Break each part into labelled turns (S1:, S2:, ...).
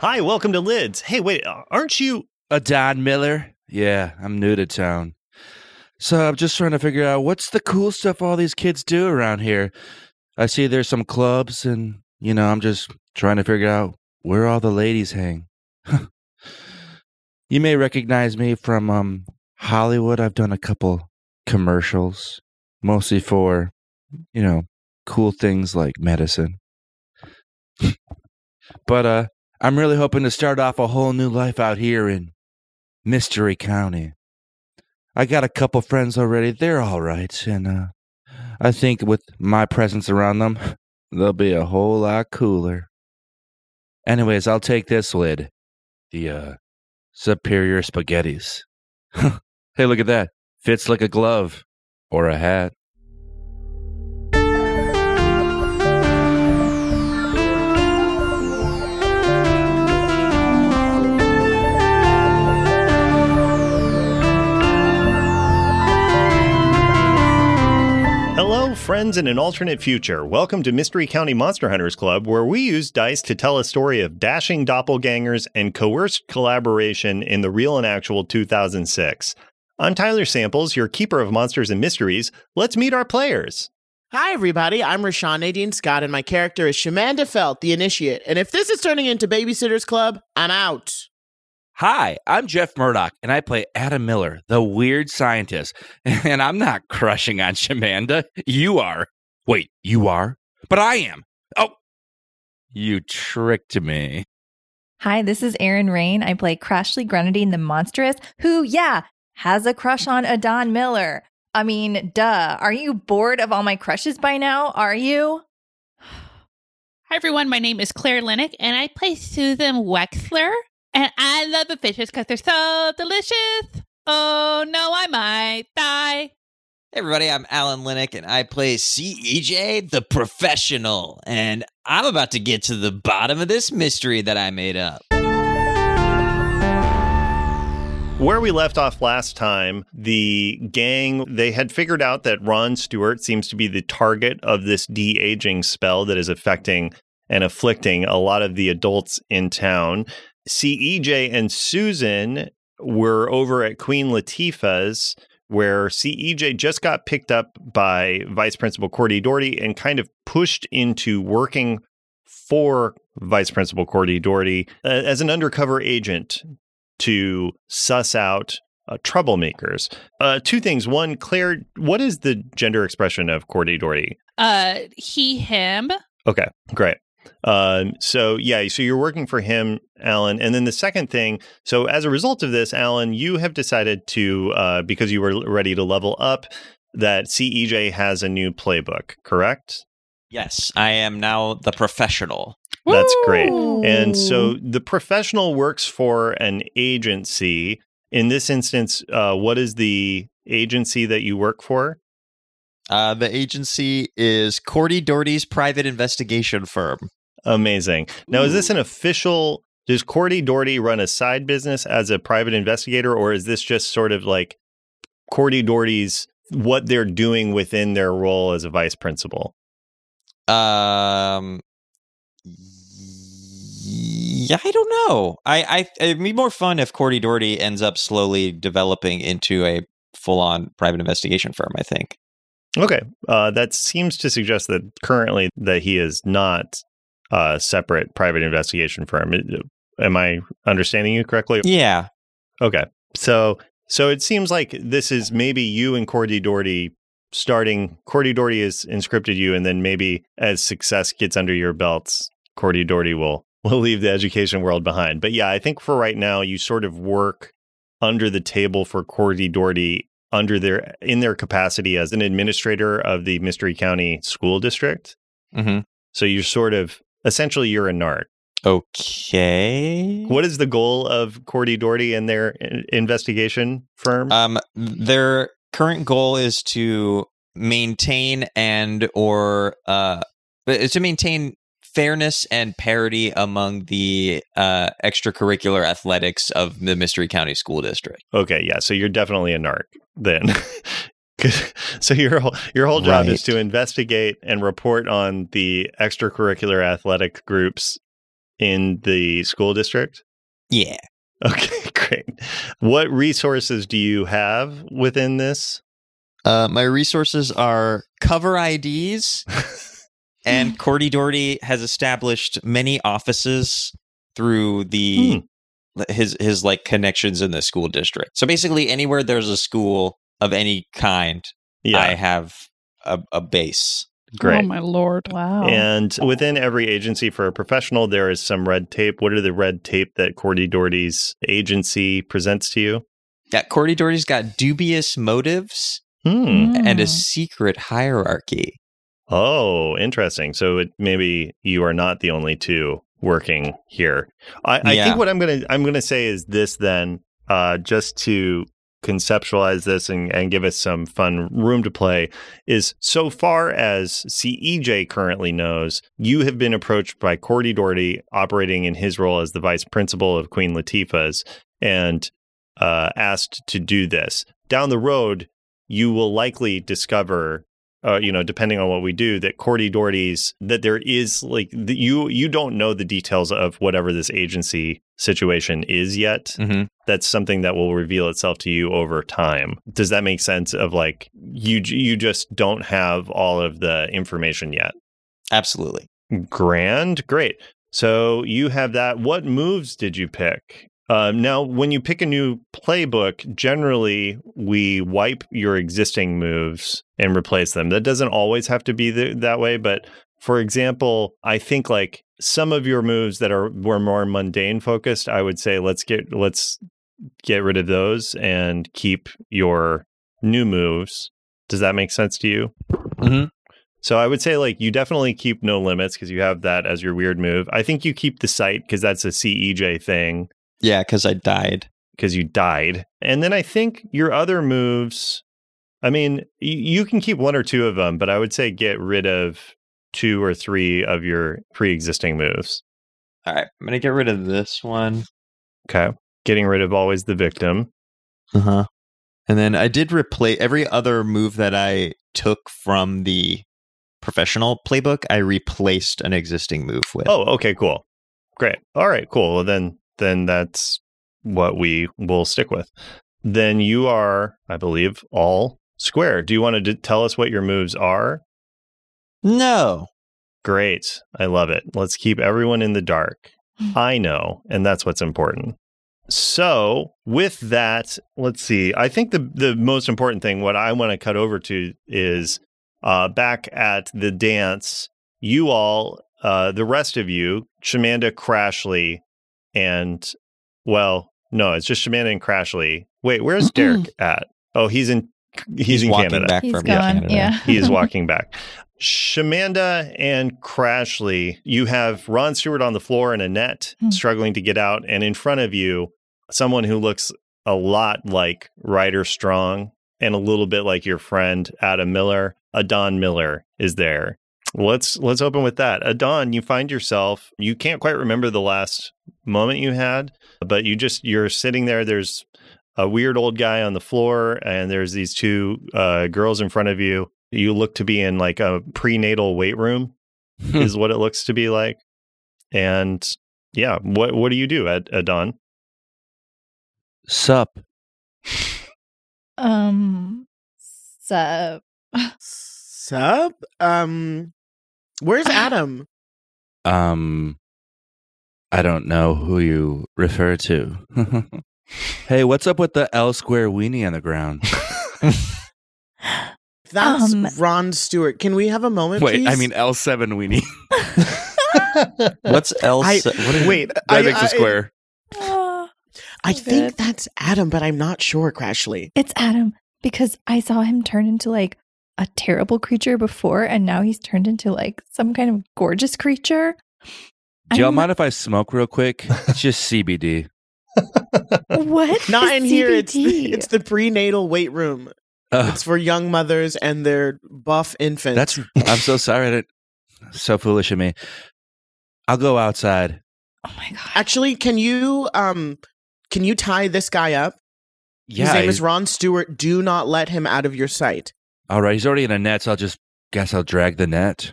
S1: Hi, welcome to Lids. Hey, wait, aren't you?
S2: A Don Miller? Yeah, I'm new to town. So I'm just trying to figure out what's the cool stuff all these kids do around here. I see there's some clubs, and, you know, I'm just trying to figure out where all the ladies hang. you may recognize me from um, Hollywood. I've done a couple commercials, mostly for, you know, cool things like medicine. but uh, I'm really hoping to start off a whole new life out here in Mystery County. I got a couple friends already. They're all right. And uh, I think with my presence around them, they'll be a whole lot cooler. Anyways, I'll take this lid the uh, Superior Spaghettis. hey, look at that. Fits like a glove or a hat.
S1: Hello, friends in an alternate future. Welcome to Mystery County Monster Hunters Club, where we use dice to tell a story of dashing doppelgangers and coerced collaboration in the real and actual 2006. I'm Tyler Samples, your keeper of monsters and mysteries. Let's meet our players.
S3: Hi, everybody. I'm Rashawn Nadine Scott, and my character is Shamanda Felt, the initiate. And if this is turning into Babysitter's Club, I'm out.
S2: Hi, I'm Jeff Murdoch, and I play Adam Miller, the weird scientist. And I'm not crushing on Shamanda. You are. Wait, you are? But I am. Oh, you tricked me.
S4: Hi, this is Erin Rain. I play Crashly Grenadine the Monstrous, who, yeah, has a crush on Adon Miller. I mean, duh. Are you bored of all my crushes by now? Are you?
S5: Hi, everyone. My name is Claire Linick, and I play Susan Wexler. And I love the fishes because they're so delicious. Oh, no, I might die.
S6: Hey everybody, I'm Alan Linick and I play CEJ the Professional. And I'm about to get to the bottom of this mystery that I made up.
S1: Where we left off last time, the gang they had figured out that Ron Stewart seems to be the target of this de-aging spell that is affecting and afflicting a lot of the adults in town. CEJ and Susan were over at Queen Latifah's where CEJ just got picked up by Vice Principal Cordy Doherty and kind of pushed into working for Vice Principal Cordy Doherty uh, as an undercover agent to suss out uh, troublemakers. Uh, two things. One, Claire, what is the gender expression of Cordy Doherty?
S5: Uh, he, him.
S1: Okay, great. Um, so yeah, so you're working for him, Alan. And then the second thing, so as a result of this, Alan, you have decided to uh, because you were ready to level up that CEJ has a new playbook, correct?
S6: Yes, I am now the professional.
S1: That's great.
S4: Woo!
S1: And so the professional works for an agency. In this instance, uh, what is the agency that you work for?
S6: Uh, the agency is Cordy Doherty's private investigation firm.
S1: Amazing. Now, is this an official? Does Cordy Doherty run a side business as a private investigator, or is this just sort of like Cordy Doherty's what they're doing within their role as a vice principal?
S6: Um, yeah, I don't know. I, I it'd be more fun if Cordy Doherty ends up slowly developing into a full-on private investigation firm. I think.
S1: Okay, uh, that seems to suggest that currently that he is not a separate private investigation firm. uh, Am I understanding you correctly?
S6: Yeah,
S1: Okay. So so it seems like this is maybe you and Cordy Doherty starting Cordy Doherty has inscripted you and then maybe as success gets under your belts, Cordy Doherty will will leave the education world behind. But yeah, I think for right now you sort of work under the table for Cordy Doherty under their in their capacity as an administrator of the Mystery County School District.
S6: Mm-hmm.
S1: So you're sort of essentially you're a NART.
S6: Okay.
S1: What is the goal of Cordy Doherty and their in- investigation firm?
S6: Um, their current goal is to maintain and or uh, is to maintain fairness and parity among the uh, extracurricular athletics of the Mystery County School District.
S1: Okay, yeah. So you're definitely a narc then. 'Cause- so your whole, your whole job is
S6: Right.
S1: to investigate and report on the extracurricular athletic groups in the school district?
S6: Yeah.
S1: Okay, great. What resources do you have within this?
S6: Uh, my resources are cover IDs,
S1: Hmm.
S6: and Cordy Doherty has established many offices through the
S1: Hmm.
S6: his his like connections in the school district. So basically, anywhere there's a school of any kind,
S1: Yeah,
S6: I have a, a base.
S1: great.
S5: Oh my lord! Wow.
S1: And within every agency for a professional, there is some red tape. What are the red tape that Cordy Doherty's agency presents to you?
S6: Yeah, Cordy Doherty's got dubious motives
S1: Hmm.
S6: Mm. and a secret hierarchy.
S1: Oh, interesting. So it, maybe you are not the only two working here. I, I
S6: Yeah.
S1: think what I'm gonna I'm gonna say is this then, uh, just to conceptualize this and, and give us some fun room to play is so far as CEJ currently knows, you have been approached by Cordy Doherty operating in his role as the vice principal of Queen Latifah's and uh, asked to do this. Down the road, you will likely discover uh, you know, depending on what we do, that Cordy Doherty's that there is like that you you don't know the details of whatever this agency situation is yet.
S6: Mm-hmm.
S1: That's something that will reveal itself to you over time. Does that make sense? Of like you j- you just don't have all of the information yet.
S6: Absolutely.
S1: Grand, great. So you have that. What moves did you pick? Um, now, when you pick a new playbook, generally we wipe your existing moves and replace them. That doesn't always have to be th- that way, but for example, I think like some of your moves that are were more mundane focused, I would say let's get let's get rid of those and keep your new moves. Does that make sense to you?
S6: Mhm.
S1: So I would say like you definitely keep no limits because you have that as your weird move. I think you keep the sight because that's a CEJ thing
S6: Yeah, because I died.
S1: because you died. And then I think your other moves, I mean, y- you can keep one or two of them, but I would say get rid of two or three of your pre existing moves.
S6: All right, I'm gonna get rid of this one.
S1: Okay. Getting rid of always the victim.
S6: Uh
S2: Uh-huh.
S6: huh. And then I did replace every other move that I took from the professional playbook. I replaced an existing move with.
S1: Oh, okay, cool. Great. All right, cool. Well, then, then that's what we will stick with. Then you are, I believe, all square. Do you want to d- tell us what your moves are?
S6: no.
S1: Great. I love it. Let's keep everyone in the dark. I know, and that's what's important. So, with that, let's see. I think the the most important thing what I want to cut over to is uh back at the dance, you all uh the rest of you, Shamanda Crashly and well, no, it's just Shamanda and Crashly. Wait, where's Derek at? Oh, he's in he's, in
S6: walking
S1: Canada
S6: back
S4: He's
S6: from
S4: gone.
S6: Canada.
S4: Yeah.
S1: he is walking back. Shamanda and Crashly, you have Ron Stewart on the floor in a net,
S4: Hmm.
S1: struggling to get out, and in front of you, someone who looks a lot like Ryder Strong and a little bit like your friend Adam Miller, Adon Miller is there. Let's let's open with that. Adon, you find yourself you can't quite remember the last moment you had, but you just you're sitting there. There's a weird old guy on the floor, and there's these two uh, girls in front of you. You look to be in like a prenatal weight room,
S2: Hmm. Mm-hmm.
S1: is what it looks to be like. And yeah, what what do you do at Adon?
S2: Sup?
S4: Um, so
S3: Sup? Um, where's Adam?
S2: Um, I don't know who you refer to. hey, what's up with the L square weenie on the ground?
S3: That's
S4: Um,
S3: Ron Stewart. Can we have a moment,
S2: Wait, I
S3: please?
S2: mean L seven weenie.
S6: What's else?
S3: I-
S6: what is
S1: Wait,
S2: That
S3: I-
S2: makes
S3: I-
S2: a square.
S4: Ah,
S3: I
S4: so
S3: think
S4: good.
S3: that's Adam, but I'm not sure, Crashly.
S4: it's Adam because I saw him turn into like a terrible creature before, and now he's turned into like some kind of gorgeous creature.
S2: Do y'all
S4: I'm-
S2: mind if I smoke real quick? It's just CBD.
S4: What?
S3: Not in here. It's the,
S4: CBD?
S3: it's the prenatal weight room.
S2: Ugh,
S3: It's for young mothers and their buff infants.
S2: that's. I'm so sorry. I didn't, so foolish of me. I'll go outside.
S4: oh my god.
S3: actually. Can you um, can you tie this guy up?
S2: Yeah.
S3: His name is
S2: he-
S3: Ron Stewart. Do not let him out of your sight.
S2: all right. He's already in a net, so I'll just guess I'll drag the net.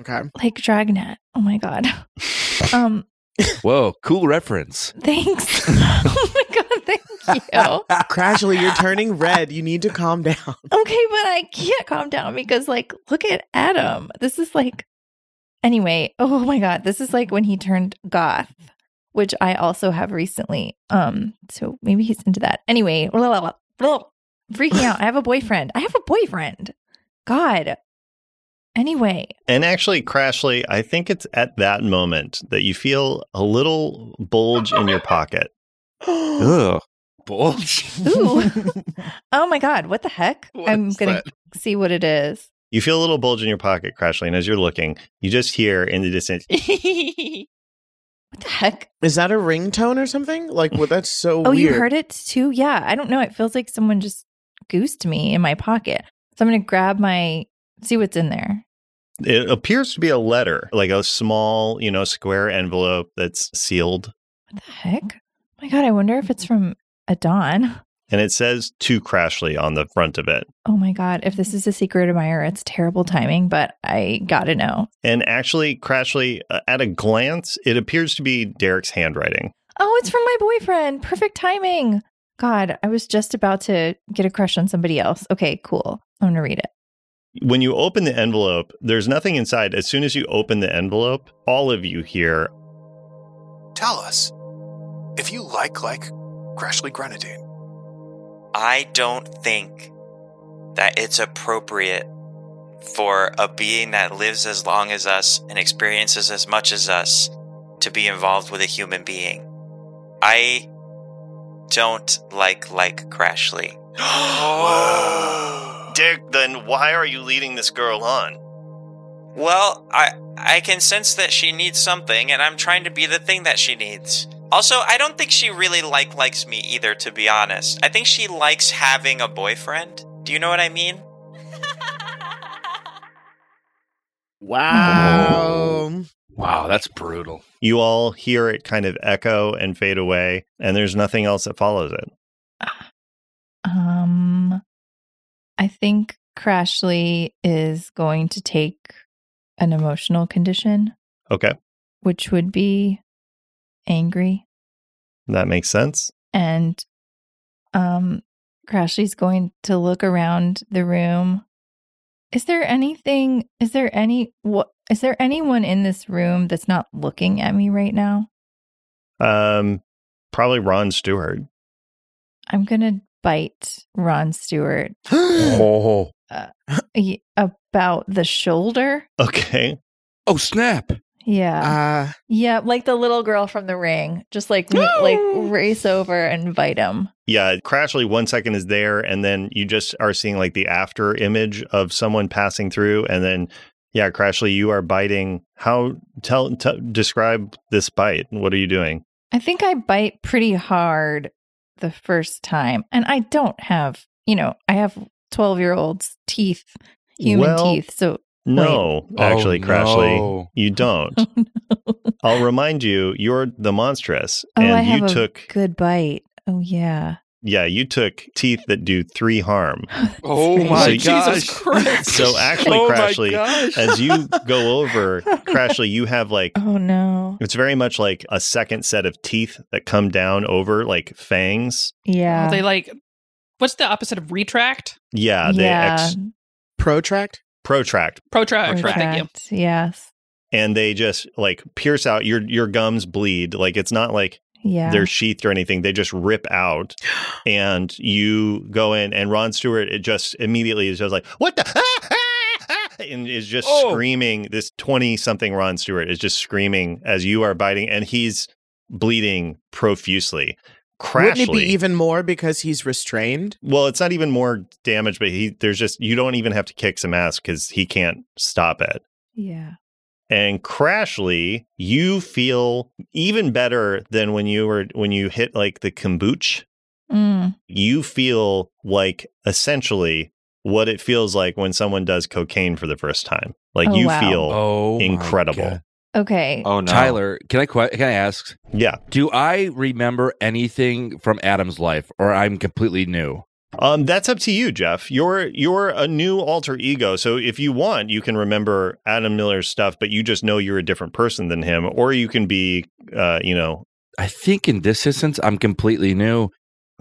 S3: Okay.
S4: like dragnet oh my god um
S2: Whoa, cool reference.
S4: Thanks. oh my god, thank you.
S3: Crashly, you're turning red. You need to calm down.
S4: Okay, but I can't calm down because like look at Adam. This is like anyway, oh my god, this is like when he turned goth, which I also have recently. Um, so maybe he's into that. Anyway, blah, blah, blah, blah. freaking out. I have a boyfriend. I have a boyfriend. God. Anyway,
S1: And actually, Crashly, I think it's at that moment that you feel a little bulge in your pocket.
S6: Ugh.
S2: Bulge.
S4: ooh. oh my god, what the heck?
S7: What
S4: I'm
S7: is
S4: gonna
S7: that?
S4: see what it is.
S1: You feel a little bulge in your pocket, Crashly, and as you're looking, you just hear in the distance,
S4: What the heck?
S3: Is that a ringtone or something? Like, well, that's so
S4: Oh,
S3: weird.
S4: you heard it too? Yeah. I don't know. It feels like someone just goosed me in my pocket. So I'm going to grab my, see what's in there.
S1: it appears to be a letter, like a small, you know, square envelope that's sealed.
S4: What the heck? Oh my God. I wonder if it's from a Don.
S1: And it says to Crashly on the front of it.
S4: Oh my God. If this is a secret admirer, it's terrible timing, but I got to know.
S1: And actually, Crashly, uh, at a glance, it appears to be Derek's handwriting.
S4: Oh, it's from my boyfriend. Perfect timing. God, I was just about to get a crush on somebody else. Okay, cool. I'm going to read it.
S1: When you open the envelope, there's nothing inside. As soon as you open the envelope, all of you hear
S7: Tell us if you like like Crashly Grenadine.
S8: I don't think that it's appropriate for a being that lives as long as us and experiences as much as us to be involved with a human being. I don't like like Crashly.
S7: Whoa.
S1: Derek, then why are you leading this girl on?
S8: Well, I I can sense that she needs something and I'm trying to be the thing that she needs. Also, I don't think she really like likes me either to be honest. I think she likes having a boyfriend. Do you know what I mean?
S3: Wow.
S7: Wow, that's brutal.
S1: You all hear it kind of echo and fade away, and there's nothing else that follows it.
S4: Um, I think Crashly is going to take an emotional condition,
S1: Okay,
S4: which would be angry,
S1: that makes sense.
S4: and um, Crashly's going to look around the room. Is there anything? Is there any? What is there anyone in this room that's not looking at me right now?
S1: Um, probably Ron Stewart.
S4: I'm gonna bite Ron Stewart
S2: Oh.
S4: y- about the shoulder.
S1: Okay,
S2: oh, snap.
S4: Yeah.
S3: uh,
S4: Yeah, like the little girl from the ring, just like w- like race over and bite him.
S1: yeah, Crashly one second is there, and then you just are seeing like the after image of someone passing through, and then yeah, Crashly, you are biting. How tell t- describe this bite? What are you doing?
S4: I think I bite pretty hard the first time, and I don't have, you know, I have twelve year olds teeth, human
S1: Well,
S4: teeth. So
S1: No, actually,
S2: Oh,
S1: Crashly,
S2: no.
S1: you don't.
S4: oh, no.
S1: I'll remind you, you're the monstrous,
S4: Oh, I
S1: and
S4: have
S1: you
S4: a
S1: took
S4: good bite. Oh yeah.
S1: yeah, you took teeth that do three harm.
S2: Oh
S4: That's
S2: my
S1: great.
S2: gosh.
S1: So
S7: Jesus Christ.
S1: So actually,
S2: oh
S1: Crashly,
S2: My gosh.
S1: as you go over, Crashly, you have like
S4: Oh no.
S1: it's very much like a second set of teeth that come down over like fangs.
S4: Yeah.
S5: they like, what's the opposite of retract?
S1: Yeah, they
S4: yeah.
S1: Ex-
S3: protract?
S1: protract
S5: Protract. Thank you.
S4: Retract, Yes.
S1: and they just like pierce out your your gums bleed. Like it's not like
S4: Yeah.
S1: they're sheathed or anything. They just rip out, and you go in, and Ron Stewart it just immediately is just like what the. ah, ah, ah," And is just
S2: Oh.
S1: screaming. This twenty-something Ron Stewart is just screaming as you are biting, and he's bleeding profusely. Crashly.
S3: Wouldn't it be even more because he's restrained?
S1: well, it's not even more damage, but he there's just you don't even have to kick some ass because he can't stop it.
S4: yeah.
S1: And Crashly, you feel even better than when you were when you hit like the kombucha
S4: Mm.
S1: you feel like essentially what it feels like when someone does cocaine for the first time. Like
S4: Oh,
S1: you
S4: wow.
S1: feel,
S2: Oh, my
S1: Incredible.
S2: God.
S4: Okay.
S2: Uh,
S6: Oh no.
S2: Tyler, can I que- can I ask?
S1: yeah.
S2: Do I remember anything from Adam's life, or I'm completely new?
S1: Um, that's up to you, Jeff. You're you're a new alter ego, so if you want, you can remember Adam Miller's stuff, but you just know you're a different person than him, or you can be, uh, you know,
S2: I think in this instance, I'm completely new.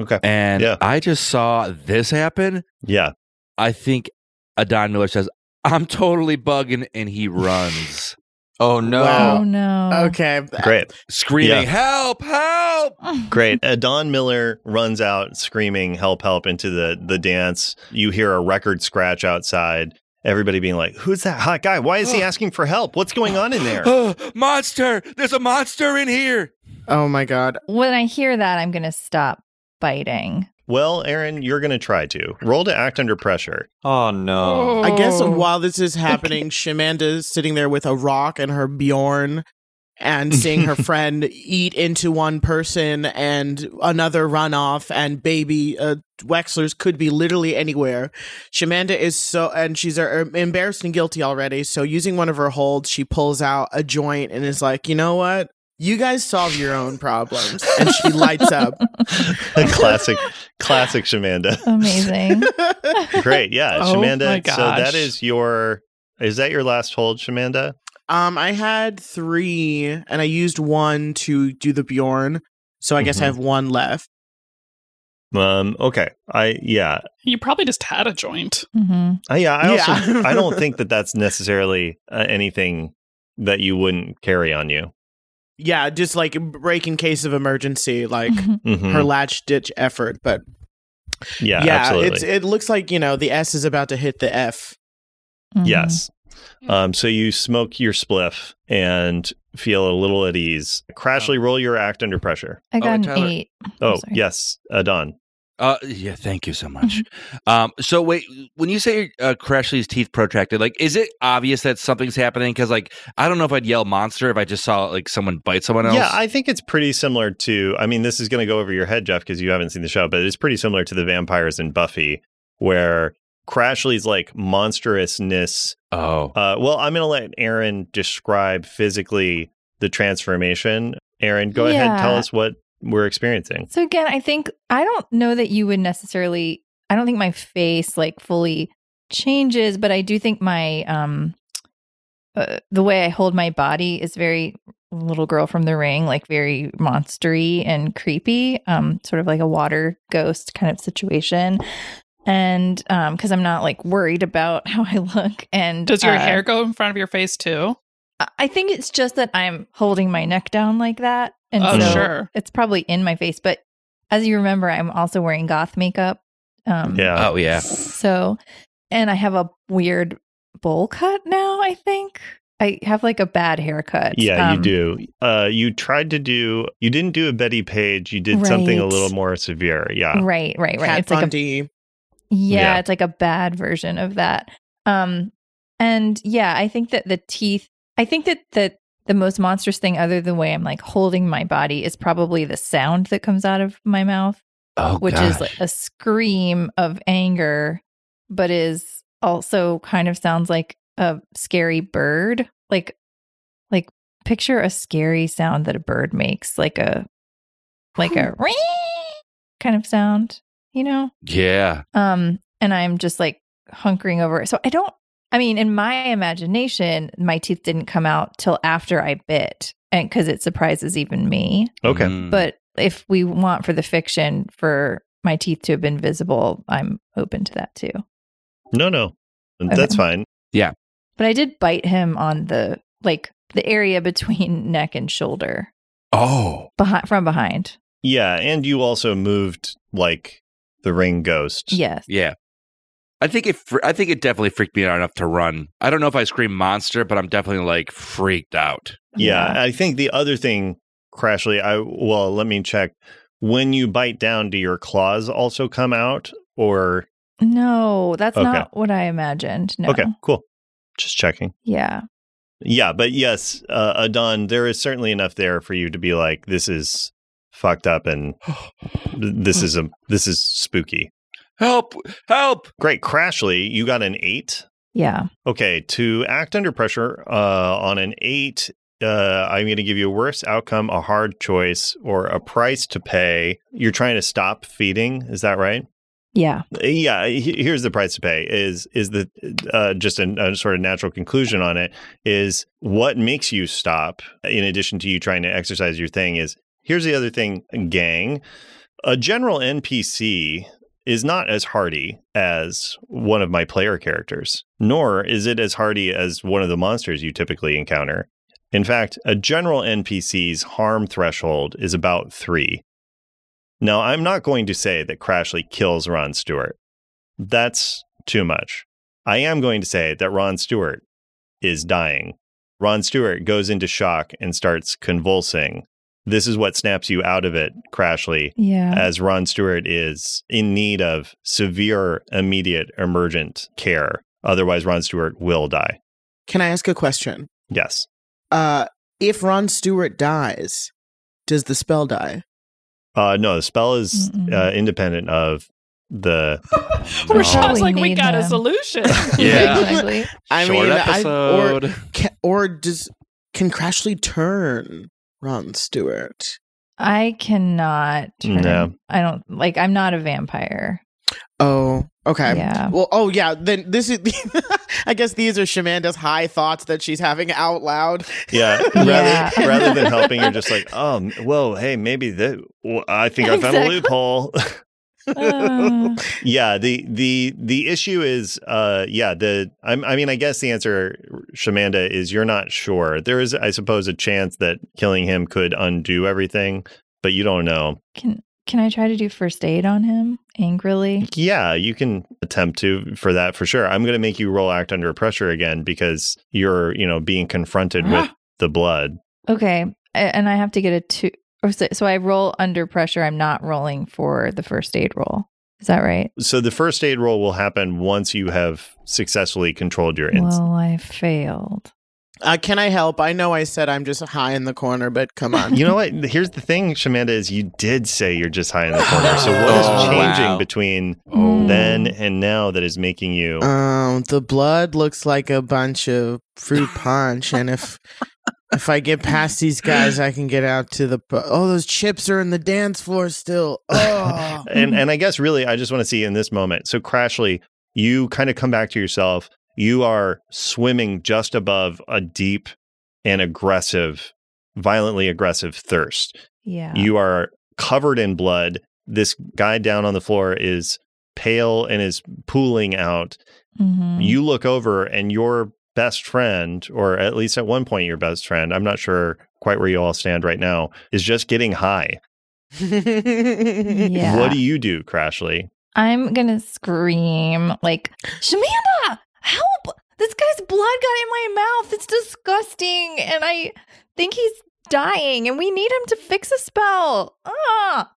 S1: Okay.
S2: And
S1: Yeah.
S2: I just saw this happen.
S1: yeah,
S2: I think Adon Miller says, I'm totally bugging, and he runs,
S6: Oh no.
S3: Wow.
S4: Oh no.
S3: Okay.
S1: great,
S2: screaming,
S1: Yeah.
S2: Help, help.
S1: great. Uh, Don Miller runs out screaming "Help! Help!" into the the dance. You hear a record scratch outside. Everybody being like, "Who's that hot guy? Why is he asking for help? What's going on in there?"
S2: Oh, monster. There's a monster in here.
S3: Oh my god.
S4: When I hear that, I'm going to stop biting.
S1: Well, Aaron, you're going to try to roll to act under pressure.
S6: Oh no.
S3: I guess
S4: Oh.
S3: while this is happening, Shamanda's sitting there with a rock and her Bjorn and seeing her friend eat into one person and another run off and baby uh, Wexlers could be literally anywhere. Shamanda is so, and she's uh, embarrassed and guilty already. So using one of her holds, she pulls out a joint and is like, you know what? You guys solve your own problems. And she lights up.
S1: classic, classic, Shamanda.
S4: Amazing.
S1: Great. Yeah.
S5: Oh my
S1: Shamanda. So
S5: gosh.
S1: that is your is that your last hold, Shamanda?
S3: Um, I had three, and I used one to do the Bjorn. So I guess I
S1: Mhm.
S3: have one left.
S1: Um, okay. I yeah.
S9: You probably just had a joint.
S4: hmm
S1: Uh, yeah, I also
S3: Yeah.
S1: I don't think that that's necessarily uh, anything that you wouldn't carry on you.
S3: Yeah, just like break in case of emergency, like
S4: Mm-hmm.
S1: Mhm.
S3: her latch ditch effort. But
S1: yeah,
S3: yeah,
S1: absolutely.
S3: it's it looks like you know the S is about to hit the F.
S4: Mm-hmm.
S1: yes. Um, so you smoke your spliff and feel a little at ease. Crashly roll your act under pressure.
S4: I got
S2: Oh,
S4: an
S2: Tyler.
S4: eight.
S1: Oh,
S4: Oh. sorry.
S1: yes, Adon.
S2: Uh, yeah, thank you so much. um, so wait, when you say uh, Crashly's teeth protracted, like, is it obvious that something's happening? Because like, I don't know if I'd yell monster if I just saw like someone bite someone else.
S1: Yeah, I think it's pretty similar to. I mean, this is going to go over your head, Jeff, because you haven't seen the show, but it's pretty similar to the vampires in Buffy, where Crashly's like monstrousness.
S2: oh,
S1: Uh, well, I'm going to let Aaron describe physically the transformation. Aaron, go ahead and tell
S4: Yeah.
S1: us what we're experiencing.
S4: So again, I think I don't know that you would necessarily. I don't think my face like fully changes, but I do think my um, uh, the way I hold my body is very little girl from the ring, like very monstery and creepy, um, sort of like a water ghost kind of situation. And um, because I'm not like worried about how I look, and
S9: Does your
S4: uh,
S9: hair go in front of your face too?
S4: I- I think it's just that I'm holding my neck down like that. And
S9: Oh,
S4: so
S9: sure.
S4: it's probably in my face. But as you remember, I'm also wearing goth makeup. Um,
S1: Yeah.
S2: oh yeah.
S4: So, and I have a weird bowl cut now, I think. I have like a bad haircut.
S1: Yeah,
S4: Um,
S1: you do. Uh, you tried to do, you didn't do a Betty Page. You did something a
S4: Right. Mm-hmm.
S1: little more severe. Yeah.
S4: Right, right, right.
S3: Kat
S4: it's like a
S3: Von D.
S4: Yeah,
S1: Yeah.
S4: it's like a bad version of that. Um and yeah, I think that the teeth I think that the the most monstrous thing other than the way I'm like holding my body is probably the sound that comes out of my mouth,
S2: Oh,
S4: which
S2: gosh.
S4: is like a scream of anger, but is also kind of sounds like a scary bird. Like like picture a scary sound that a bird makes, like a like a kind of sound, you know?
S2: yeah.
S4: um and i'm just like hunkering over it so i don't i mean in my imagination my teeth didn't come out till after i bit and because it surprises even me
S1: Okay.
S2: Mm.
S4: but if we want for the fiction for my teeth to have been visible i'm open to that too
S1: No, no. That's fine.
S4: but i did bite him on the like the area between neck and shoulder
S2: oh,
S4: behind from behind
S1: Yeah. And you also moved like the ring ghost.
S4: yes
S2: yeah. I think it. fr- I think it definitely freaked me out enough to run. I don't know if I scream monster, but I'm definitely like freaked out.
S1: Yeah, I think the other thing, Crashly, I well, let me check. When you bite down, do your claws also come out? Or
S4: no that's
S1: Okay.
S4: not what i imagined no
S1: okay, cool. Just checking.
S4: yeah
S1: Yeah, but yes, uh, Adon, there is certainly enough there for you to be like, this is fucked up, and th- this is a this is spooky.
S2: Help! Help!
S1: Great, Crashly, you got an eight.
S4: yeah
S1: Okay, to act under pressure uh, on an eight, uh, I'm going to give you a worse outcome, a hard choice, or a price to pay. You're trying to stop feeding. Is that right?
S4: Yeah.
S1: yeah he- here's the price to pay is is the uh, just a, a sort of natural conclusion on it is what makes you stop in addition to you trying to exercise your thing is here's the other thing gang a general npc is not as hardy as one of my player characters nor is it as hardy as one of the monsters you typically encounter in fact a general npc's harm threshold is about 3 now, I'm not going to say that Crashly kills Ron Stewart. That's too much. I am going to say that Ron Stewart is dying. Ron Stewart goes into shock and starts convulsing. This is what snaps you out of it, Crashly,
S4: Yeah.
S1: as Ron Stewart is in need of severe, immediate, emergent care. Otherwise, Ron Stewart will die.
S3: Can I ask a question?
S1: Yes.
S3: Uh, if Ron Stewart dies, does the spell die?
S1: Uh, no, the spell is
S4: Mm-mm.
S1: uh, independent of the.
S9: Rashad's like,
S4: Probably
S9: we
S4: need
S9: got a
S4: him.
S9: solution.
S2: Yeah.
S4: Exactly.
S3: I
S2: Short
S3: I, or
S2: episode.
S3: can, or does can Crashly turn Ron Stewart?
S4: I cannot. turn.
S1: No.
S4: I don't like. I'm not a vampire.
S3: Oh, okay.
S4: Yeah.
S3: Well, oh yeah. Then this is. I guess these are Shamanda's high thoughts that she's having out loud.
S1: Yeah.
S4: Yeah.
S1: Rather, rather than helping, you're just like, oh, m- whoa, hey, maybe the, well, I think I found a
S4: Exactly.
S1: loophole.
S4: Uh,
S1: yeah. The, the, the issue is, uh, yeah, the, I'm, I mean, I guess the answer, Shamanda, is you're not sure. There is, I suppose, a chance that killing him could undo everything, but you don't know.
S4: can can I try to do first aid on him angrily?
S1: Yeah. You can attempt to for that for sure. I'm going to make you roll act under pressure again because you're, you know, being confronted with the blood.
S4: Okay, A- and I have to get a two. Or so, so I roll under pressure. I'm not rolling for the first aid roll. Is that right?
S1: So the first aid roll will happen once you have successfully controlled your inst-
S4: Well, I failed.
S3: Uh, can I help? I know I said I'm just high in the corner, but come on.
S1: You know what? Here's the thing, Shamanda, is you did say you're just high in the corner. So what is
S6: Oh,
S1: changing
S6: wow.
S1: between
S4: Oh.
S1: then and now that is making you
S6: Uh,
S3: Um, the blood looks like a bunch of fruit punch, and if if I get past these guys, I can get out to the. pu- Oh, those chips are in the dance floor still. Oh,
S1: and and I guess really I just want to see in this moment. So Crashly, you kind of come back to yourself. You are swimming just above a deep and aggressive, violently aggressive thirst.
S4: Yeah.
S1: You are covered in blood. This guy down on the floor is pale and is pooling out.
S4: Mhm.
S1: You look over and your best friend, or at least at one point your best friend, I'm not sure quite where you all stand right now, is just getting high.
S4: Yeah.
S1: What do you do, Crashly?
S4: I'm gonna scream like, Shamanda, help! This guy's blood got in my mouth. It's disgusting, and I think he's dying, and we need him to fix a spell. Ah,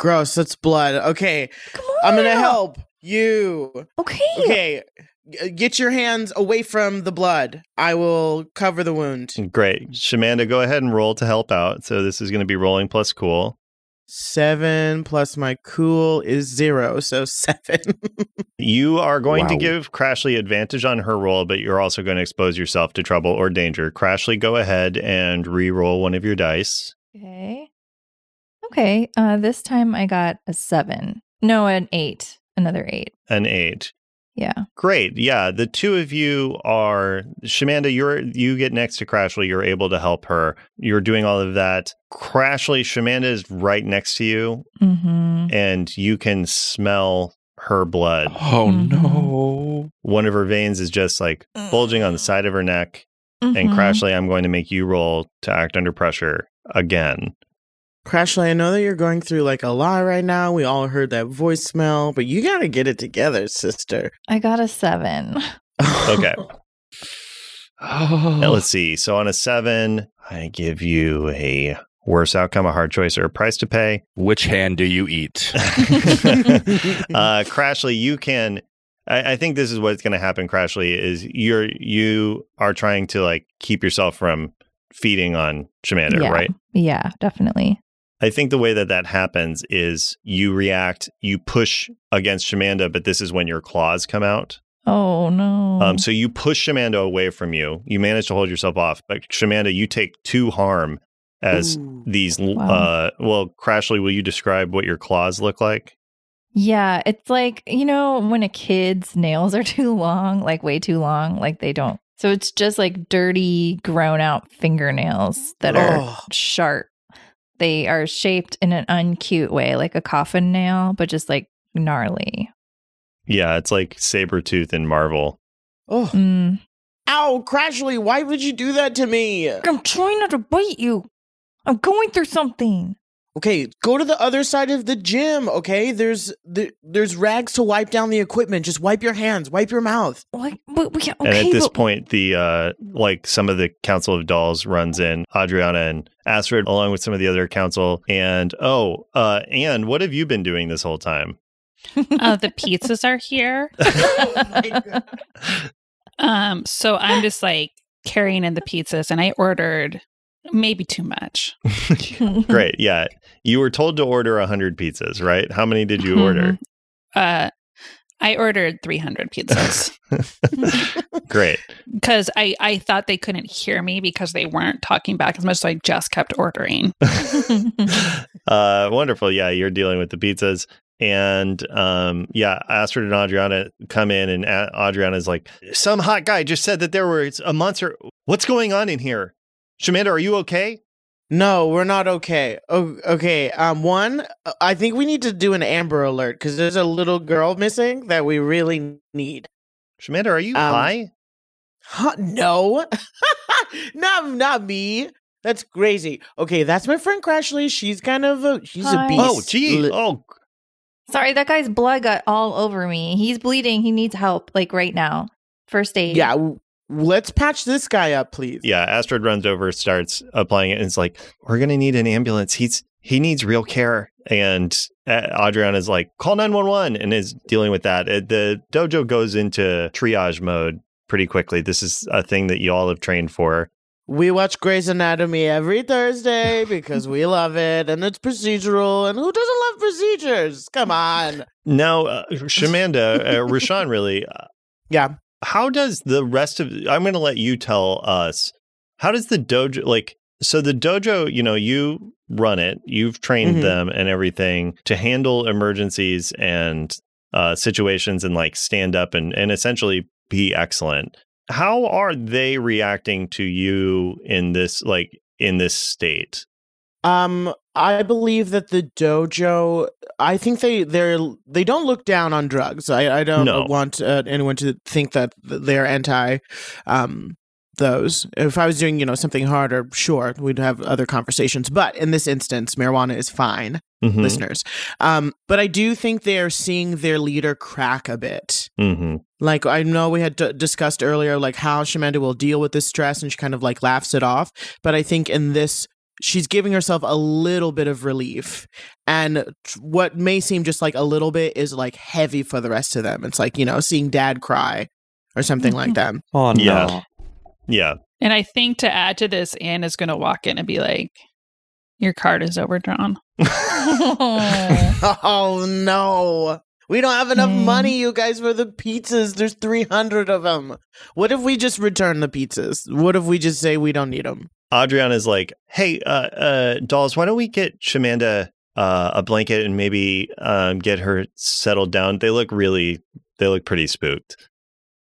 S3: gross. That's blood. Okay,
S4: come on!
S3: I'm gonna help you.
S4: Okay.
S3: Okay, g- get your hands away from the blood. I will cover the wound.
S1: Great. Shamanda, go ahead and roll to help out. So this is going to be rolling plus cool.
S3: Seven plus my cool is zero, so seven.
S1: You are going to
S2: Wow.
S1: give Crashly advantage on her roll, but you're also going to expose yourself to trouble or danger. Crashly, go ahead and re roll one of your dice.
S4: Okay. Okay. Uh, this time I got a seven. No, an eight. Another eight.
S1: an eight.
S4: Yeah.
S1: Great. Yeah. The two of you are Shamanda, you're you get next to Crashly, you're able to help her. You're doing all of that. Crashly, Shamanda is right next to you,
S4: Mm-hmm.
S1: and you can smell her blood.
S2: Oh
S4: Mhm.
S2: no.
S1: One of her veins is just like bulging on the side of her neck. And
S4: Mm-hmm.
S1: Crashly, I'm going to make you roll to act under pressure again.
S3: Crashly, I know that you're going through like a lot right now. We all heard that voicemail, but you gotta get it together, sister.
S4: I got a seven.
S1: Okay.
S2: Oh.
S1: Now, let's see. So on a seven, I give you a worse outcome, a hard choice, or a price to pay.
S2: Which hand do you eat?
S1: uh, Crashly, you can. I, I think this is what's going to happen. Crashly is you're you are trying to like keep yourself from feeding on Shamander,
S4: yeah.
S1: right?
S4: Yeah, definitely.
S1: I think the way that that happens is you react, you push against Shamanda, but this is when your claws come out.
S4: Oh no.
S1: Um, so you push Shamanda away from you. You manage to hold yourself off, but Shamanda, you take two harm as
S3: Ooh.
S1: these.
S4: Wow.
S1: Uh, well, Crashly, will you describe what your claws look like?
S4: Yeah, it's like, you know, when a kid's nails are too long, like way too long, like they don't. So it's just like dirty, grown out fingernails that
S1: Oh.
S4: are
S3: Ugh.
S4: sharp. They are shaped in an uncute way, like a coffin nail, but just like gnarly.
S1: Yeah, it's like Sabretooth in Marvel.
S3: Oh,
S4: Mm.
S3: ow, Crashly, why would you do that to me?
S4: I'm trying not to bite you. I'm going through something.
S3: Okay, go to the other side of the gym. Okay, there's there, there's rags to wipe down the equipment. Just wipe your hands, wipe your mouth.
S4: Like, but we can't.
S1: and
S4: okay,
S1: at this
S4: but-
S1: point, the uh, like some of the Council of Dolls runs in Adriana and Astrid, along with some of the other council. And oh, uh, Anne, what have you been doing this whole time?
S9: Oh, the pizzas are here. Um, so I'm just like carrying in the pizzas, and I ordered maybe too much.
S1: Great, yeah. You were told to order hundred pizzas, right? How many did you order?
S9: Uh, I ordered 300 pizzas
S4: Mm-hmm.
S1: Great.
S9: because I I thought they couldn't hear me because they weren't talking back as much, so I just kept ordering.
S1: uh, wonderful. Yeah, you're dealing with the pizzas. And um, yeah, Astrid and Adriana come in, and A- Adriana's like, Some hot guy just said that there was a monster. What's going on in here? Shamanda, are you okay?
S3: No, we're not okay. O- okay, um, one, uh, I think we need to do an Amber Alert because there's a little girl missing that we really need.
S1: Shamanda, are you
S3: Um,
S1: high?
S3: Huh? No, not not me. That's crazy. Okay, that's my friend Crashly. She's kind of a she's
S4: Hi.
S3: a beast.
S1: Oh, gee.
S3: Li-
S1: oh,
S4: Sorry, that guy's blood got all over me. He's bleeding. He needs help, like right now. First aid.
S3: yeah. w- Let's patch this guy up, please.
S1: yeah. Astrid runs over, starts applying it, and it's like, We're going to need an ambulance. He's He needs real care. And uh, Adriana's like, Call 911 and is dealing with that. Uh, the dojo goes into triage mode pretty quickly. This is a thing that you all have trained for.
S3: We watch Grey's Anatomy every Thursday because we love it and it's procedural. And who doesn't love procedures? Come on.
S1: Now, uh, Shamanda, uh, Rashawn, really, uh,
S3: Yeah.
S1: how does the rest of? I'm going to let you tell us. How does the dojo like? So the dojo, you know, you run it. You've trained
S3: Mhm.
S1: them and everything to handle emergencies and uh, situations, and like stand up and and essentially be excellent. How are they reacting to you in this like in this state?
S3: Um, I believe that the dojo. I think they they're they don't look down on drugs. I I don't
S1: No.
S3: want uh, anyone to think that th- they're anti, um, those. If I was doing you know something harder, sure we'd have other conversations. But in this instance, marijuana is fine,
S1: Mhm.
S3: listeners. Um, but I do think they are seeing their leader crack a bit.
S1: Mhm.
S3: Like I know we had d- discussed earlier, like how Shamanda will deal with this stress, and she kind of like laughs it off. But I think in this, she's giving herself a little bit of relief, and t- what may seem just like a little bit is like heavy for the rest of them. It's like you know seeing Dad cry or something like that.
S6: Oh no.
S1: Yeah. Yeah.
S9: And I think to add to this, Anne is going to walk in and be like, "Your card is overdrawn."
S4: Oh.
S3: Oh no. We don't have enough
S4: Mm.
S3: money, you guys, for the pizzas. There's 300 of them. What if we just return the pizzas? What if we just say we don't need them?
S1: Adriana's like, "Hey, uh, uh, dolls, why don't we get Shamanda uh, a blanket and maybe um, get her settled down? They look really, they look pretty spooked."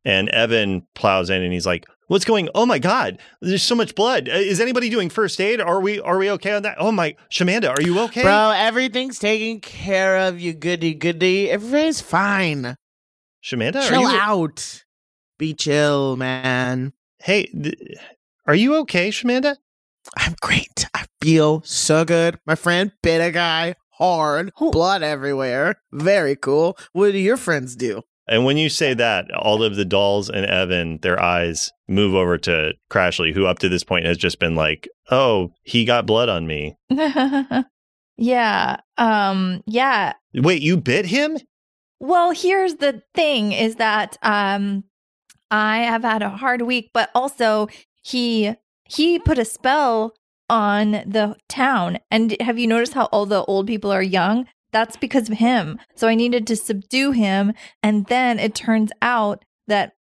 S1: And Evan plows in and he's like, "What's going? Oh my God! There's so much blood. Uh, Is anybody doing first aid? Are we are we okay on that? Oh my, Shamanda, are you okay?
S3: Bro, everything's taken care of, you goody goody. Everybody's fine.
S1: Shamanda, are
S3: chill
S1: you,
S3: out. Be chill, man.
S1: hey, th- are you okay, Shamanda?
S3: I'm great. I feel so good. My friend bit a guy hard,
S4: Who-
S3: blood everywhere. Very cool. What do your friends do?
S1: And when you say that, all of the dolls and Evan, their eyes move over to Crashly, who up to this point has just been like, "Oh, he got blood on me."
S4: yeah. Um, yeah.
S1: Wait, you bit him?
S4: Well, here's the thing is that um I have had a hard week, but also he he put a spell on the town. And have you noticed how all the old people are young? That's because of him. So I needed to subdue him, and then it turns out that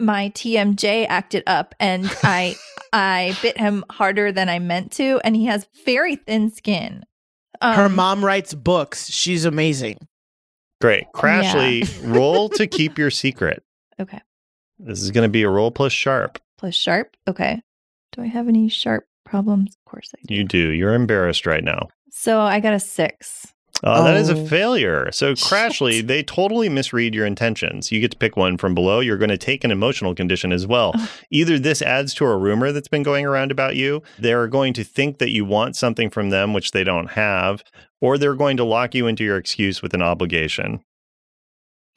S4: my TMJ acted up and I I bit him harder than I meant to, and he has very thin skin.
S3: Her
S4: Um,
S3: mom writes books. She's amazing.
S1: Great. Crashly, roll to keep your secret.
S4: Okay.
S1: This is going to be a roll plus sharp.
S4: Plus sharp. Okay. Do I have any sharp problems? Of course I do.
S1: You do. You're embarrassed right now.
S4: So I got a six.
S1: Uh, That is a
S3: Oh.
S1: failure. So,
S4: Shit.
S1: Crashly, they totally misread your intentions. You get to pick one from below. You're going to take an emotional condition as well.
S4: Ugh.
S1: Either this adds to a rumor that's been going around about you, they're going to think that you want something from them, which they don't have, or they're going to lock you into your excuse with an obligation.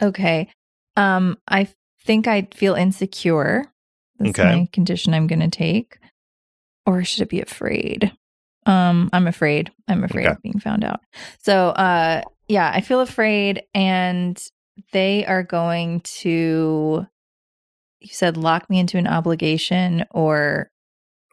S4: Okay. Um, I f- think I feel insecure. That's
S1: Okay.
S4: my condition I'm gonna take. Or should it be afraid? Um, I'm afraid. I'm afraid
S1: Okay.
S4: of being found out. So uh yeah, I feel afraid and they are going to you said lock me into an obligation or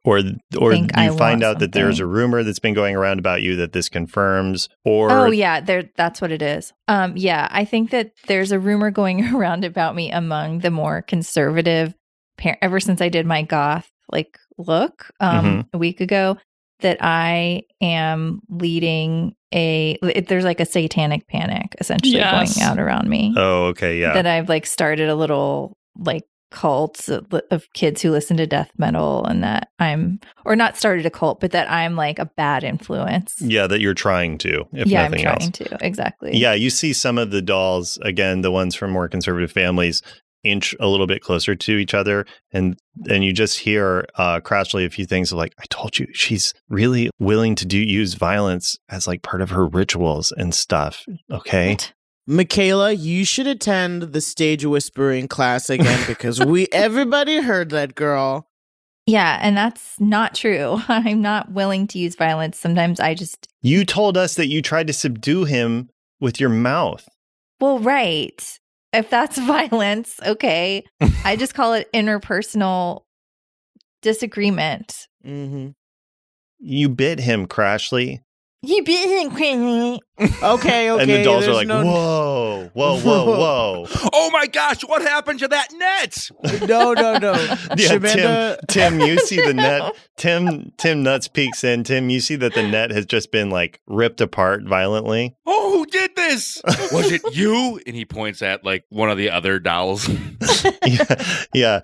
S1: Or, or you
S4: Think I
S1: find
S4: want
S1: out that there's a
S4: something.
S1: rumor that's been going around about you that this confirms, or
S4: oh yeah there that's what it is um yeah i think that there's a rumor going around about me among the more conservative par- ever since i did my goth like look um
S1: Mm-hmm.
S4: a week ago that i am leading a it, there's like a satanic panic essentially
S9: Yes.
S4: going out around me
S1: Oh, okay, yeah.
S4: that I've like started a little like cult of, of kids who listen to death metal and that I'm or not started a cult but that I'm like a bad influence.
S1: yeah, that you're trying to, if
S4: yeah, I'm
S1: nothing
S4: trying
S1: else.
S4: to. Exactly.
S1: Yeah, you see some of the dolls, again, the ones from more conservative families, inch a little bit closer to each other. And and you just hear uh Crashly a few things of like, I told you, she's really willing to do use violence as like part of her rituals and stuff. Okay.
S3: Michaela, you should attend the stage whispering class again because we everybody heard that girl.
S4: Yeah, and that's not true. I'm not willing to use violence. Sometimes I just
S1: You told us that you tried to subdue him with your mouth.
S4: well, right. If that's violence, okay. I just call it interpersonal disagreement.
S3: hmm
S1: You bit him, Crashly.
S4: You being crazy.
S3: Okay, okay.
S1: and the dolls are
S3: there's
S1: like,
S3: no-
S1: whoa, whoa, whoa, whoa.
S2: Oh my gosh, what happened to that net?
S3: No,
S2: Oh,
S3: no, no.
S1: Yeah, Tim,
S3: Shemanda-
S1: Tim, you see the net. Tim, Tim Nuts peeks in. Tim, you see that the net has just been like ripped apart violently.
S2: Oh, who did this? Was it you? And he points at like one of the other dolls.
S1: yeah, yeah.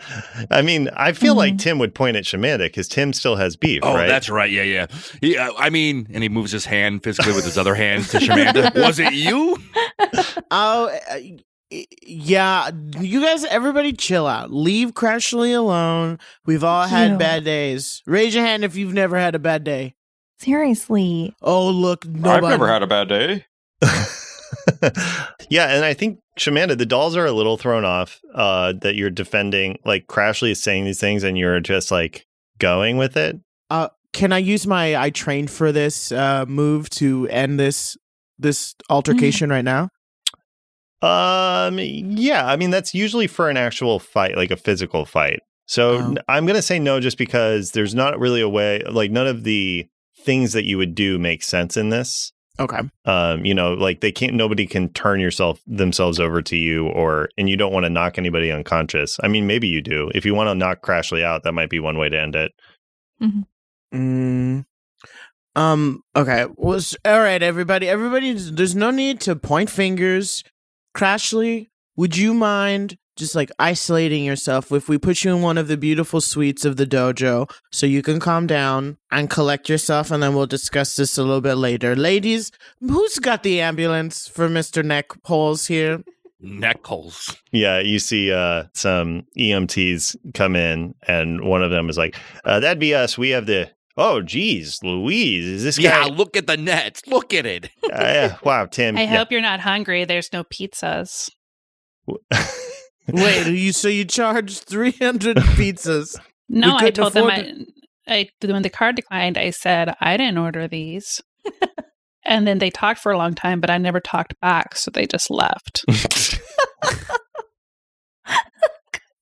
S1: I mean, I feel like
S4: Mhm.
S1: Tim would point at Shamanda because Tim still has beef,
S2: Oh,
S1: right?
S2: that's right. Yeah, yeah. He, uh, I mean, and he moves his hand physically with his other hand to Shamanda. Was it you?
S3: Oh, uh, y- yeah. You guys, everybody, chill out. Leave Crashly alone. We've all had
S4: Ew.
S3: bad days. Raise your hand if you've never had a bad day.
S4: Seriously.
S3: Oh, look, nobody.
S6: I've never had a bad day.
S1: yeah, and I think Shamanda, the dolls are a little thrown off uh, that you're defending. Like Crashly is saying these things, and you're just like going with it.
S3: uh, can I use my I trained for this uh, move to end this this
S6: Mm-hmm.
S3: altercation right now?
S1: Um, yeah, I mean that's usually for an actual fight, like a physical fight. So
S3: Oh.
S1: n- I'm going to say no just because there's not really a way like none of the things that you would do make sense in this.
S3: Okay.
S1: Um, you know, like they can't nobody can turn yourself themselves over to you or and you don't want to knock anybody unconscious. I mean, maybe you do. If you want to knock Crashly out, that might be one way to end it.
S3: Mm. Um. Okay. Was all right. Everybody. Everybody. There's no need to point fingers. Crashly, would you mind just like isolating yourself if we put you in one of the beautiful suites of the dojo so you can calm down and collect yourself, and then we'll discuss this a little bit later. Ladies, who's got the ambulance for Mister Neck Holes here?
S2: Neckles.
S1: Yeah, you see uh, some EMTs come in, and one of them is like, uh, "That'd be us. We have the oh, geez, Louise, is this guy?
S2: Yeah, look at the net. Look at it.
S1: Uh, yeah. wow, Tim.
S9: I
S1: yeah.
S9: hope you're not hungry. There's no pizzas.
S3: Wait, you so you charged three hundred pizzas?
S9: No, I
S3: couldn't
S9: told them I,
S3: afford
S9: I when the card declined, I said I didn't order these. and then they talked for a long time, but I never talked back, so they just left.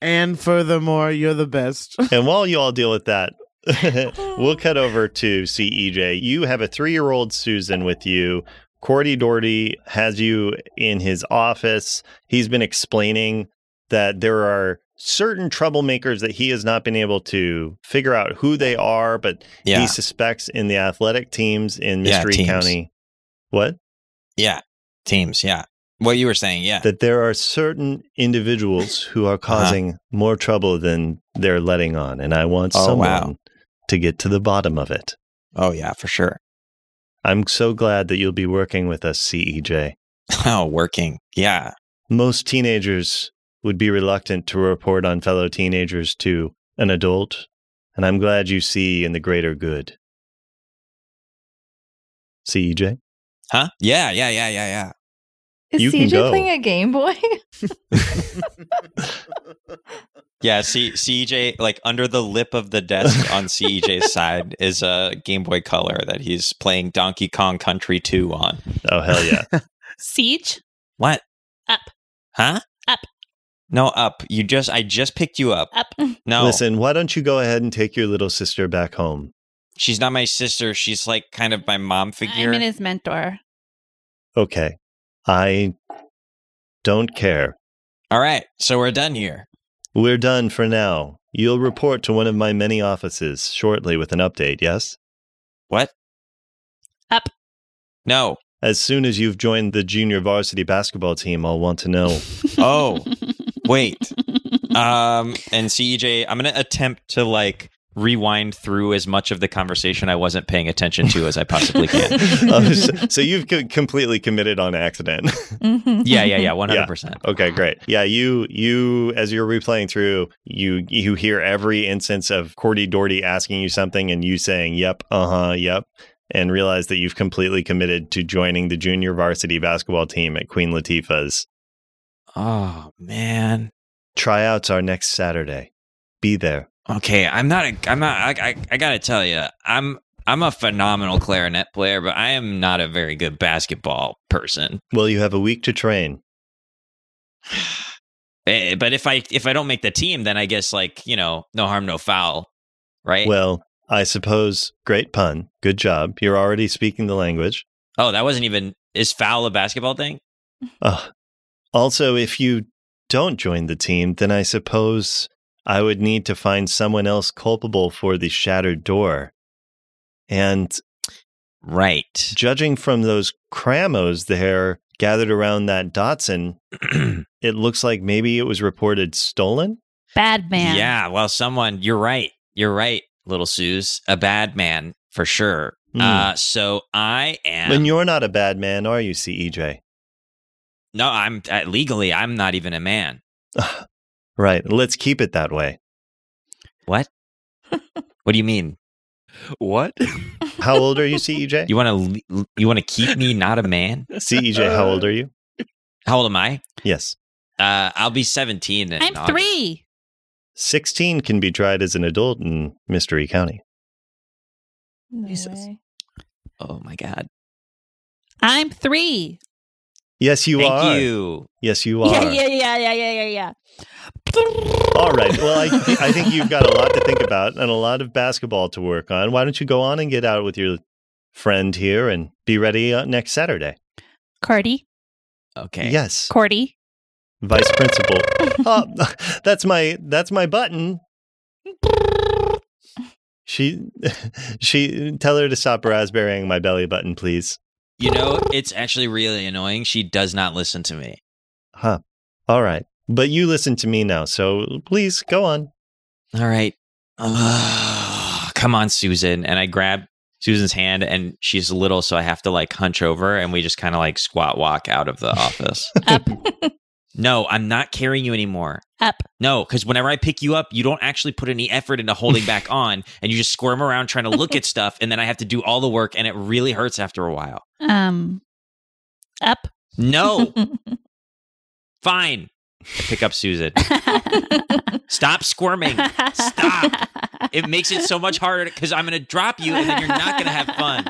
S3: And furthermore, you're the best.
S1: and while you all deal with that, we'll cut over to CEJ. You have a three year old Susan with you. Cordy Doherty has you in his office. He's been explaining that there are certain troublemakers that he has not been able to figure out who they are, but
S6: Yeah.
S1: he suspects in the athletic teams in
S6: Yeah,
S1: Mystery
S6: teams.
S1: County. What?
S6: yeah. Teams. Yeah.
S2: What you were saying, yeah.
S1: that there are certain individuals who
S2: Uh-huh.
S1: are causing more trouble than they're letting on, and I want
S2: Oh,
S1: someone
S2: wow.
S1: to get to the bottom of it.
S2: oh yeah, for sure.
S1: I'm so glad that you'll be working with us, CEJ.
S2: Oh, working. Yeah.
S1: Most teenagers would be reluctant to report on fellow teenagers to an adult, and I'm glad you see in the greater good. E CEJ?
S2: Huh? Yeah, yeah, yeah, yeah, yeah.
S4: Is
S1: You can
S4: CJ
S1: go.
S4: playing a Game Boy?
S2: Yeah, C- CEJ, like under the lip of the desk on CEJ's side is a Game Boy Color that he's playing Donkey Kong Country 2 on.
S1: Oh, hell yeah.
S9: Siege?
S2: What?
S9: Up.
S2: Huh?
S9: Up.
S2: No, up. You just, I just picked you up.
S9: Up.
S2: No.
S1: Listen, why don't you go ahead and take your little sister back home?
S2: She's not my sister. She's like kind of my mom figure.
S9: I'm in his mentor.
S1: Okay. I don't care.
S2: All right. So we're done here.
S1: We're done for now. You'll report to one of my many offices shortly with an update, yes?
S2: What?
S9: Up.
S2: No.
S1: As soon as you've joined the junior varsity basketball team, I'll want to know.
S2: Oh, wait. Um, and
S10: E
S2: CEJ, I'm going to attempt to like rewind through as much of the conversation I wasn't paying attention to as I possibly can.
S1: Oh, so, so you've co- completely committed on accident.
S4: Mhm.
S2: yeah, yeah, yeah. 100%.
S1: okay, great. Yeah, you you as you're replaying through, you you hear every instance of Cordy Doherty asking you something and you saying, "Yep, uh-huh, yep." And realize that you've completely committed to joining the junior varsity basketball team at Queen Latifah's.
S2: Oh, man.
S1: Tryouts are next Saturday. Be there.
S2: Okay, I'm not a, I'm not I, I I got to tell you. I'm I'm a phenomenal clarinet player, but I am not a very good basketball person.
S1: Well, you have a week to train.
S2: Eh, But if I if I don't make the team, then I guess like, you know, no harm no foul, right?
S1: Well, I suppose, great pun. Good job. You're already speaking the language.
S2: oh, that wasn't even is foul a basketball thing?
S1: Ugh. also, if you don't join the team, then I suppose I would need to find someone else culpable for the shattered door. And
S2: Right.
S1: judging from those cramos there gathered around that Datsun, it looks like maybe it was reported stolen.
S9: Bad man.
S2: Yeah, well, someone, you're right. You're right, little Suze. A bad man for sure.
S1: Mm.
S2: Uh, so I am.
S1: and you're not a bad man, are you, E CEJ?
S2: no, I'm uh, legally, I'm not even a man.
S1: Right. Let's keep it that way.
S2: What? what do you mean?
S3: What?
S1: How old are you, E CEJ?
S2: You want to you want to keep me not a man?
S1: CEJ, E how
S2: Uh.
S1: old are you?
S2: How old am I?
S1: Yes.
S2: Uh, I'll be 17 in
S9: I'm
S2: August.
S9: three.
S1: 16 can be tried as an adult in Mystery County.
S4: No
S11: Jesus.
S4: way.
S2: Oh my god.
S9: I'm three.
S1: Yes, you
S2: Thank
S1: are.
S2: you.
S1: Yes, you are.
S9: Yeah, yeah, yeah, yeah, yeah, yeah, yeah.
S1: All right. Well, I, I think you've got a lot to think about and a lot of basketball to work on. Why don't you go on and get out with your friend here and be ready uh, next Saturday?
S9: Cordy.
S2: Okay.
S1: Yes,
S9: Cordy.
S1: vice principal. oh, that's my that's my button. She she tell her to stop raspberrying my belly button, please.
S2: You know, it's actually really annoying. She does not listen to me.
S1: Huh. All right. But you listen to me now, so please go on.
S2: All right. Ugh. come on, Susan. And I grab Susan's hand and she's little, so I have to like hunch over and we just kind of like squat walk out of the office.
S9: Up.
S2: no, I'm not carrying you anymore.
S9: Up.
S2: No, because whenever I pick you up, you don't actually put any effort into holding back on and you just squirm around trying to look at stuff. And then I have to do all the work and it really hurts after a while.
S9: Um. Up.
S2: No, fine. I pick up Susan. Stop squirming. Stop. It makes it so much harder because I'm going to drop you and then you're not going to have fun.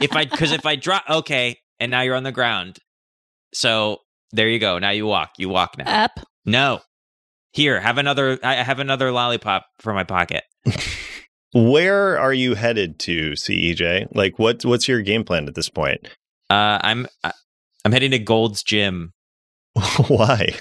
S2: If I, because if I drop, okay. And now you're on the ground. So there you go. Now you walk. You walk now.
S9: Up.
S2: no. Here, have another. I I have another lollipop for my pocket.
S1: Where are you headed to, CEJ? Like, what what's your game plan at this point?
S2: Uh, I'm I- I'm heading to Gold's Gym.
S1: Why?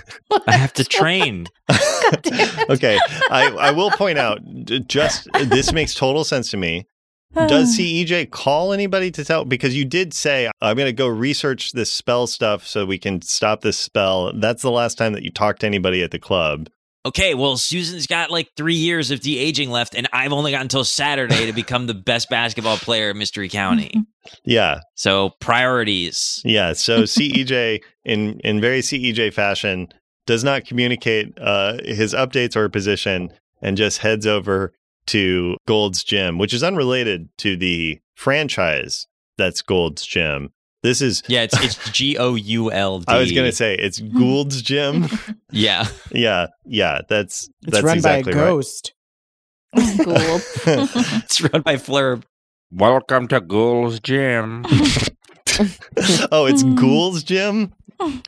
S2: I have to train.
S4: damn it.
S1: okay, I, I will point out j- just this makes total sense to me. Does CEJ call anybody to tell? Because you did say, I'm going to go research this spell stuff so we can stop this spell. That's the last time that you talked to anybody at the club.
S2: Okay, well, Susan's got like three years of de aging left, and I've only got until Saturday to become the best basketball player in Mystery County.
S1: Yeah.
S2: So priorities.
S1: Yeah. So CEJ, in, in very CEJ fashion, does not communicate uh, his updates or position and just heads over to Gold's Gym, which is unrelated to the franchise that's Gold's Gym. This is,
S12: Yeah, it's it's G O U L D.
S1: I was going to say, it's Gould's Gym.
S12: yeah.
S1: Yeah, yeah, that's
S13: It's
S1: that's
S13: run
S1: exactly
S13: by a ghost.
S4: Cool.
S1: right.
S12: It's run by Flurb.
S3: Welcome to Ghoul's Gym.
S1: oh, it's
S14: Mm.
S1: Ghoul's Gym.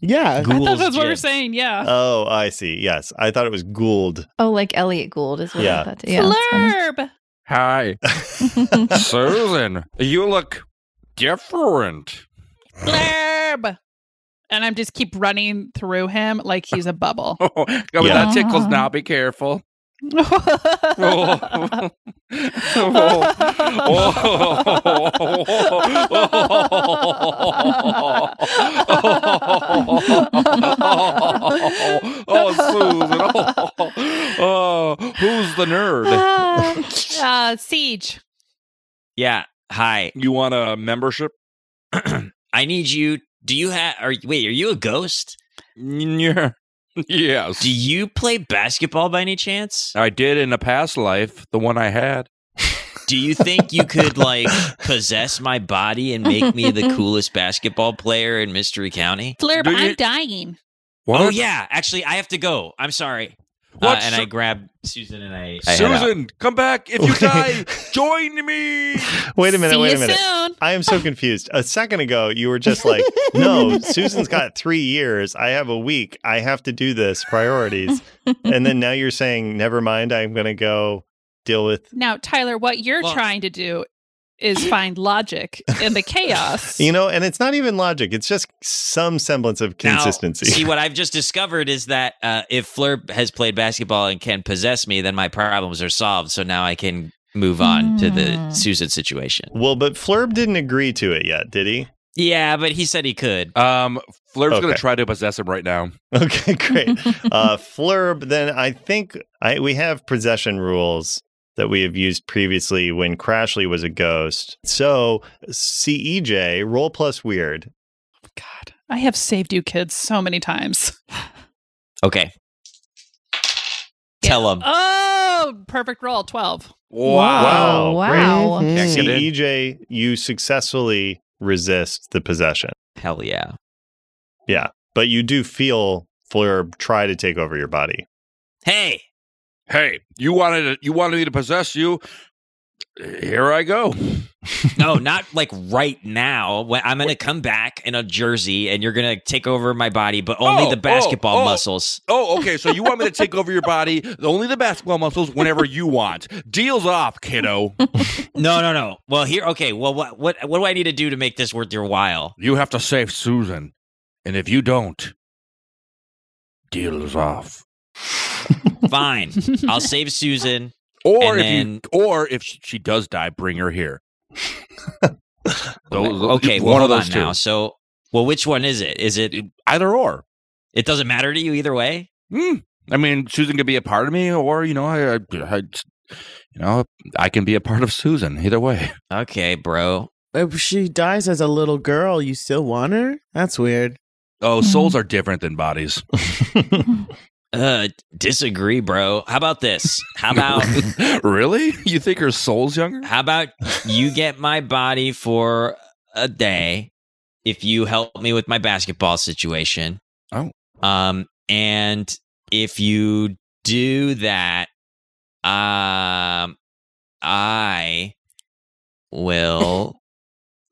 S13: Yeah.
S9: I thought
S1: Ghoul's
S9: that's what we
S1: Gym.
S9: were saying.
S14: Uh.
S9: Yeah.
S1: Oh, I see. Yes, I thought it was Gould.
S4: Oh, like Elliot Gould is what
S1: Yeah.
S4: I thought. too. Yeah. that's funny.
S9: Flurb.
S3: Hi, Susan. You look different.
S9: Flurb. And I'm just keep running through him like he's a bubble.
S3: Oh, God, that tickles now. Be careful.
S9: Uh,
S3: Oh. Oh. Oh. Oh, Susan. Oh. Oh, who's the nerd?
S9: uh, uh, siege.
S2: Yeah. Hi.
S3: You want a membership?
S2: I need you. Do you have? Are wait? Are you a ghost?
S3: Yeah. Yes.
S2: Do you play basketball by any chance?
S3: I did in a past life, the one I had.
S2: Do you think you could like possess my body and make me the coolest basketball player in Mystery County?
S14: Flurb,
S3: Do you-
S14: I'm dying.
S3: What?
S2: Oh yeah, actually, I have to go. I'm sorry. Uh,
S3: What?
S2: and
S3: Su-
S2: I grab Susan and I. I head out.
S3: Susan, come back. If you die, join me.
S1: Wait a minute.
S14: See
S1: wait
S14: you
S1: a minute.
S14: soon.
S1: I am so confused. A second ago, you were just like, "No, Susan's got three years. I have a week. I have to do this. Priorities." And then now you're saying, "Never mind. I'm going to go deal with."
S9: Now, Tyler, what you're
S2: Well-
S9: trying to do is find logic in the chaos.
S1: You know, and it's not even logic. It's just some semblance of
S2: Now,
S1: consistency.
S2: see, what I've just discovered is that uh, if Flurb has played basketball and can possess me, then my problems are solved. So now I can move on to the
S4: Hmm.
S2: Susan situation.
S1: well, but Flurb didn't agree to it yet, did he?
S2: Yeah, but he said he could.
S3: Um, Flirb's gonna
S1: Okay.
S3: try to possess him right now.
S1: Okay, great. uh, Flurb, then I think I, we have possession rules that we have used previously when Crashly was a ghost. So CEJ, roll plus weird.
S9: God, I have saved you kids so many times.
S2: Okay. Tell him.
S9: Oh, perfect roll 12.
S4: Wow. Wow.
S13: Mhm.
S3: Can't get in.
S1: CEJ, E you successfully resist the possession,
S2: Hell yeah.
S1: but you do feel Flurb try to take over your body.
S2: Hey,
S3: Hey, you wanted to, you wanted me to possess you. Here I go.
S2: no, not like right now. When I'm going to come back in a jersey and you're going to take over my body, but only
S3: Oh,
S2: the basketball
S3: oh, oh.
S2: muscles.
S3: Oh, okay. So you want me to take over your body, only the basketball muscles, whenever you want. Deals off, kiddo.
S2: No, no, no. Well, here, okay. Well, what, what, what do I need to do to make this worth your while?
S3: You have to save Susan, and if you don't, deals off.
S2: Fine. I'll save Susan.
S3: Or
S2: And
S3: if
S2: then-
S3: you, or if she, she does die, bring her here. Those-
S2: okay, well,
S3: one of
S2: hold
S3: those
S2: on
S3: two.
S2: now. So, well, which one is it? Is it?
S3: Either or.
S2: It doesn't matter to you either way.
S3: Hmm. I mean, Susan could be a part of me, or you know, I, I, I you know, I can be a part of Susan. Either way,
S2: Okay, bro.
S13: If she dies as a little girl, you still want her? That's weird.
S3: oh,
S4: Mhm.
S3: souls are different than bodies.
S2: Uh, disagree, bro. How about this? How about
S3: really? You think her soul's younger?
S2: how about you get my body for a day if you help me with my basketball situation?
S3: Oh.
S2: Um, and if you do that, um, I will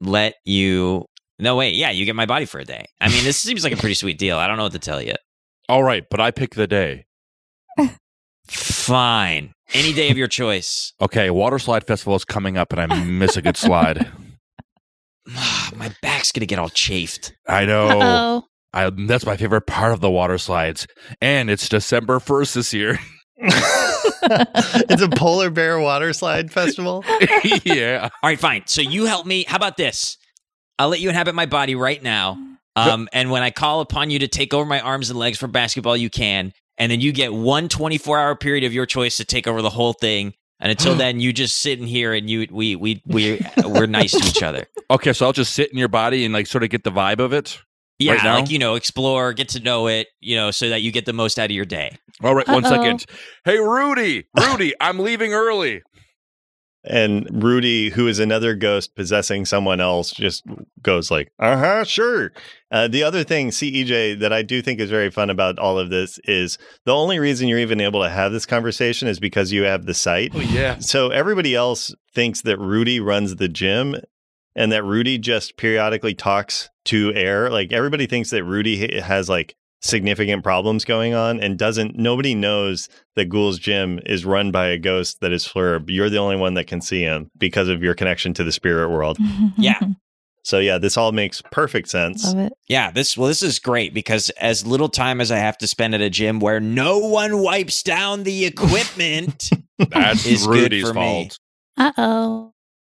S2: let you. No, wait. Yeah, you get my body for a day. I mean, this seems like a pretty sweet deal. I don't know what to tell you.
S3: All right, but I pick the day.
S2: Fine. Any day of your choice.
S3: Okay, water slide festival is coming up, and I miss a good slide.
S2: My back's going to get all chafed.
S3: I know.
S9: Oh.
S3: I, that's my favorite part of the water slides, and it's December first this year.
S1: it's a polar bear water slide festival.
S2: yeah.
S10: All right, fine. So you help me. How about this? I'll let you inhabit my body right now. Um, and when I call upon you to take over my arms and legs for basketball, you can. And then you get one 24 hour period of your choice to take over the whole thing. And until then, you just sit in here and you we we we we're nice to each other.
S2: Okay, so I'll just sit in your body and like sort of get the vibe of it.
S10: Yeah,
S2: Right now?
S10: like you know, explore, get to know it, you know, so that you get the most out of your day.
S2: All right, one
S4: Uh-oh.
S2: second. Hey, Rudy, Rudy, I'm leaving early.
S1: And Rudy, who is another ghost possessing someone else, just goes like, "Uh huh, sure." Uh, the other thing, CEJ, that I do think is very fun about all of this is the only reason you're even able to have this conversation is because you have the site.
S2: Oh yeah.
S1: So everybody else thinks that Rudy runs the gym and that Rudy just periodically talks to air. Like everybody thinks that Rudy ha- has like significant problems going on and doesn't nobody knows that Ghoul's gym is run by a ghost that is Flurb. You're the only one that can see him because of your connection to the spirit
S4: Mm-hmm.
S1: world.
S10: Yeah.
S1: So yeah, this all makes perfect sense.
S4: Love it.
S10: Yeah, this well, this is great because as little time as I have to spend at a gym where no one wipes down the equipment.
S2: That's
S10: It's good
S2: Rudy's
S10: for me.
S2: fault.
S5: Uh oh.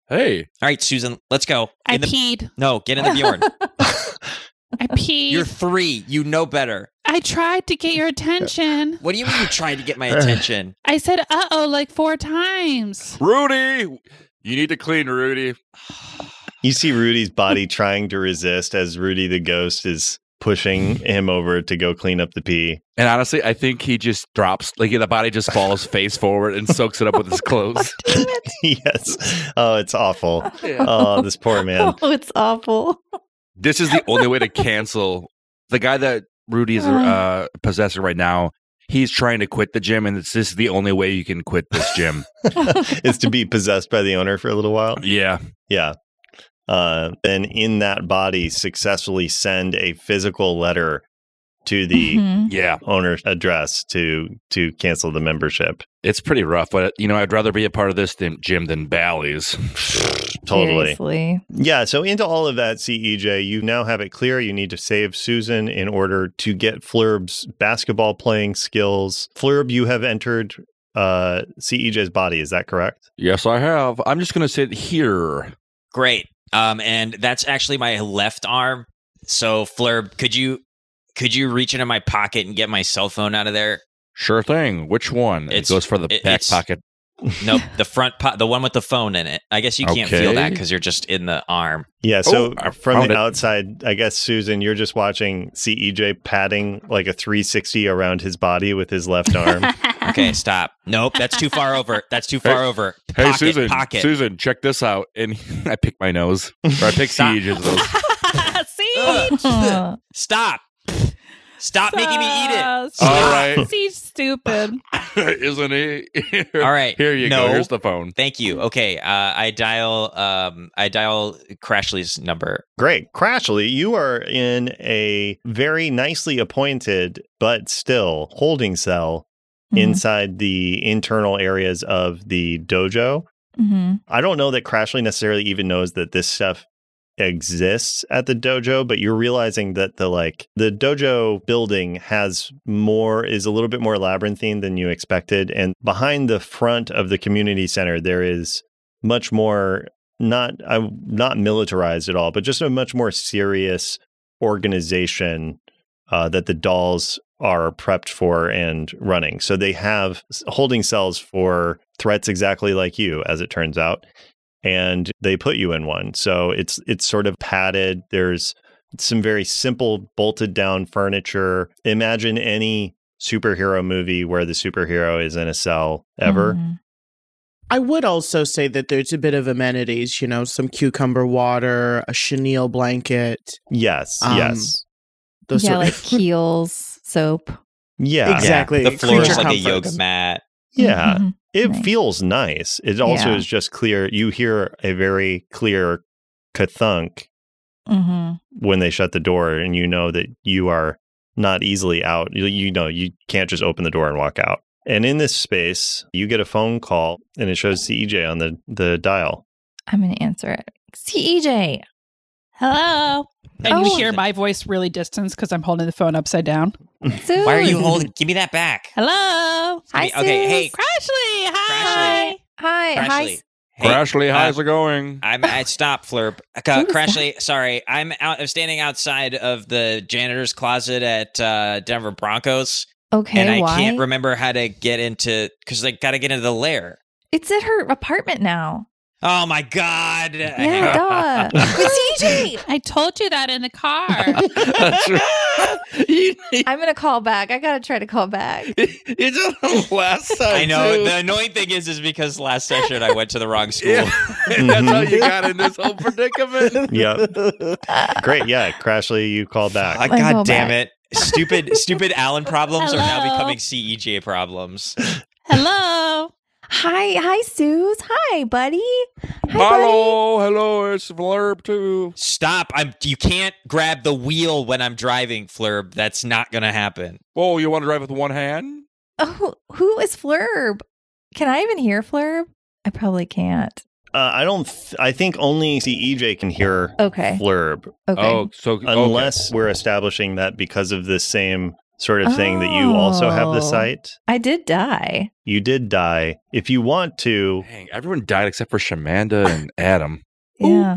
S2: Hey.
S10: All right, Susan, let's go.
S5: I
S10: In the-
S5: peed.
S10: no, get in the Bjorn.
S5: I peed.
S10: You're three. You know better.
S5: I tried to get your attention.
S10: What do you mean you tried to get my attention?
S5: I said uh oh like four times.
S2: Rudy, you need to clean Rudy.
S1: You see Rudy's body trying to resist as Rudy the ghost is pushing him over to go clean up the pee.
S2: And honestly, I think he just drops like the body just falls face forward and soaks it up with his clothes.
S1: yes. Oh, it's awful. Oh, this poor man.
S4: Oh, it's awful.
S2: This is the only way to cancel the guy that Rudy is uh, possessing right now. He's trying to quit the gym, and it's, this is the only way you can quit this gym.
S1: is to be possessed by the owner for a little while.
S2: yeah,
S1: Yeah. Uh, and in that body, successfully send a physical letter to the
S10: Mm-hmm.
S4: Mhm.
S2: yeah,
S1: owner address to to cancel the membership.
S2: it's pretty rough. But you know, I'd rather be a part of this than gym than Bally's.
S1: Totally.
S4: Seriously.
S1: Yeah. So into all of that, CEJ, you now have it clear. You need to save Susan in order to get Flurb's basketball playing skills. Flurb, you have entered uh, CEJ's body. Is that correct?
S2: Yes, I have. I'm just gonna sit here.
S10: Great. Um, and that's actually my left arm. So Flurb, could you could you reach into my pocket and get my cell phone out of there?
S2: Sure thing. Which one?
S10: It's-
S2: it goes for the
S10: it-
S2: back
S10: it's-
S2: pocket.
S10: Nope, the front po- the one with the phone in it. I guess you can't feel
S2: Okay.
S10: that because you're just in the arm.
S1: Yeah,
S2: Oh,
S1: so
S2: I
S1: from
S2: found
S1: the
S2: it.
S1: outside, I guess Susan, you're just watching CEJ patting like a 360 around his body with his left arm.
S10: Okay, stop. Nope, that's too far over. That's too far
S2: Hey-
S10: over.
S2: Hey
S10: Pocket,
S2: Susan,
S10: pocket.
S2: Susan, check this out. And I pick my nose, or I pick
S10: Stop.
S2: Siege's nose.
S5: See?
S4: Huh.
S10: Stop. Stop making me eat it.
S2: All right.
S5: She's stupid.
S2: Isn't he?
S10: All right.
S2: Here you
S10: No.
S2: go. Here's the phone.
S10: Thank you. Okay, uh, I dial um I dial Crashly's number.
S1: Great. Crashly, you are in a very nicely appointed but still holding cell
S4: Mhm.
S1: inside the internal areas of the dojo.
S10: Mm-hmm.
S4: Mhm.
S1: I don't know that Crashly necessarily even knows that this stuff exists at the dojo, but you're realizing that the like the dojo building has more is a little bit more labyrinthine than you expected. And behind the front of the community center, there is much more not I'm not militarized at all, but just a much more serious organization uh, that the dolls are prepped for and running. So they have s- holding cells for threats exactly like you, as it turns out, and they put you in one. So it's it's sort of padded. There's some very simple bolted down furniture. Imagine any superhero movie where the superhero is in a cell ever.
S10: Mm-hmm.
S4: Mhm.
S3: I would also say that there's a bit of amenities, you know, some cucumber water, a chenille blanket,
S1: Yes,
S3: Um,
S1: yes.
S3: those
S4: yeah,
S3: sort
S4: like keels, soap.
S1: Yeah.
S3: Exact- Exactly.
S10: Yeah, the floor is
S3: Creature
S10: like a
S3: comfort.
S10: yoga mat.
S1: Yeah.
S4: Mhm.
S10: Mm-hmm.
S1: It
S4: Nice.
S1: feels nice. It also
S4: Yeah.
S1: is just clear. You hear a very clear kathunk
S10: Mm-hmm.
S4: Mhm.
S1: when they shut the door, and you know that you are not easily out. You, you know, you can't just open the door and walk out. And in this space, you get a phone call and it shows CEJ on the, the dial.
S4: E I'm gonna answer it. CEJ.
S5: Hello.
S9: And you
S4: Oh.
S9: hear my voice really distant because I'm holding the phone upside down.
S4: Soon.
S10: Why are you holding? Give me that back.
S9: Hello.
S4: Hi,
S10: Give me- okay,
S4: Suze.
S10: hey,
S9: Crashly. Hi.
S4: Hi.
S10: Crashly.
S4: Hi.
S10: Crashly.
S4: S-
S10: Hey,
S2: Crashly,
S10: uh,
S2: how's it going?
S10: I'm I stop Flurp.
S4: Who
S10: Uh,
S4: was
S10: Crashly, sorry. I'm out. I'm standing outside of the janitor's closet at uh, Denver Broncos,
S4: Okay.
S10: and I
S4: why?
S10: can't remember how to get into because they got to get into the lair.
S4: it's at her apartment now.
S10: Oh my god!
S4: Yeah, duh. With TJ.
S9: I told you that in the car.
S2: That's right. You-
S4: I'm gonna call back. I gotta try to call back.
S2: you did it last time.
S10: I know.
S2: too.
S10: The annoying thing is, is because last session I went to the wrong school.
S2: Yeah. That's how
S4: Mm-hmm.
S2: you got in this whole predicament.
S1: Yep. Great. Yeah. Crashly, you call back.
S10: Ah,
S4: I go
S10: god damn it! Stupid, stupid Alan problems are now
S9: Hello.
S10: becoming CEJ problems.
S9: Hello.
S4: Hi. Hi, Suze. Hi, buddy. Hi, buddy.
S2: Hello, hello, it's Flurp too.
S10: Stop! I'm. You can't grab the wheel when I'm driving, Flurb. That's not gonna happen.
S2: Whoa, Oh, you want to drive with one hand?
S4: Oh, who is Flurb? Can I even hear Flurb? I probably can't.
S1: Uh, I don't. Th- I think only CEJ can hear
S4: Oh, Okay.
S1: Flurb,
S4: Okay.
S2: Oh, so okay.
S1: unless we're establishing that because of this same sort of thing that you also have the
S4: Oh.
S1: sight.
S4: I did die.
S1: You did die. If you want to,
S2: Dang, everyone died except for Shamanda and Adam.
S4: Yeah.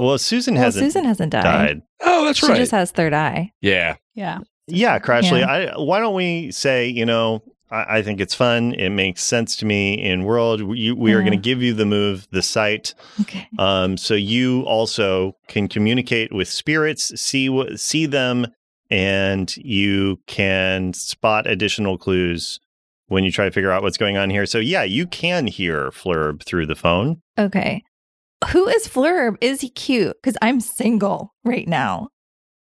S1: well, Susan
S4: Well,
S1: hasn't
S4: Susan hasn't died.
S1: died.
S2: Oh, that's
S4: she
S2: right.
S4: just has third eye.
S2: yeah.
S9: Yeah.
S1: Yeah, Crashly.
S4: Yeah.
S1: I, why don't we say, you know, I, I think it's fun. It makes sense to me in world. You, we are
S4: Yeah.
S1: going to give you the move, the sight,
S4: Okay.
S1: um, so you also can communicate with spirits, see what see them, and you can spot additional clues when you try to figure out what's going on here. So yeah, you can hear Flurb through the phone.
S4: Okay. Who is Flurb? Is he cute? Because I'm single right now.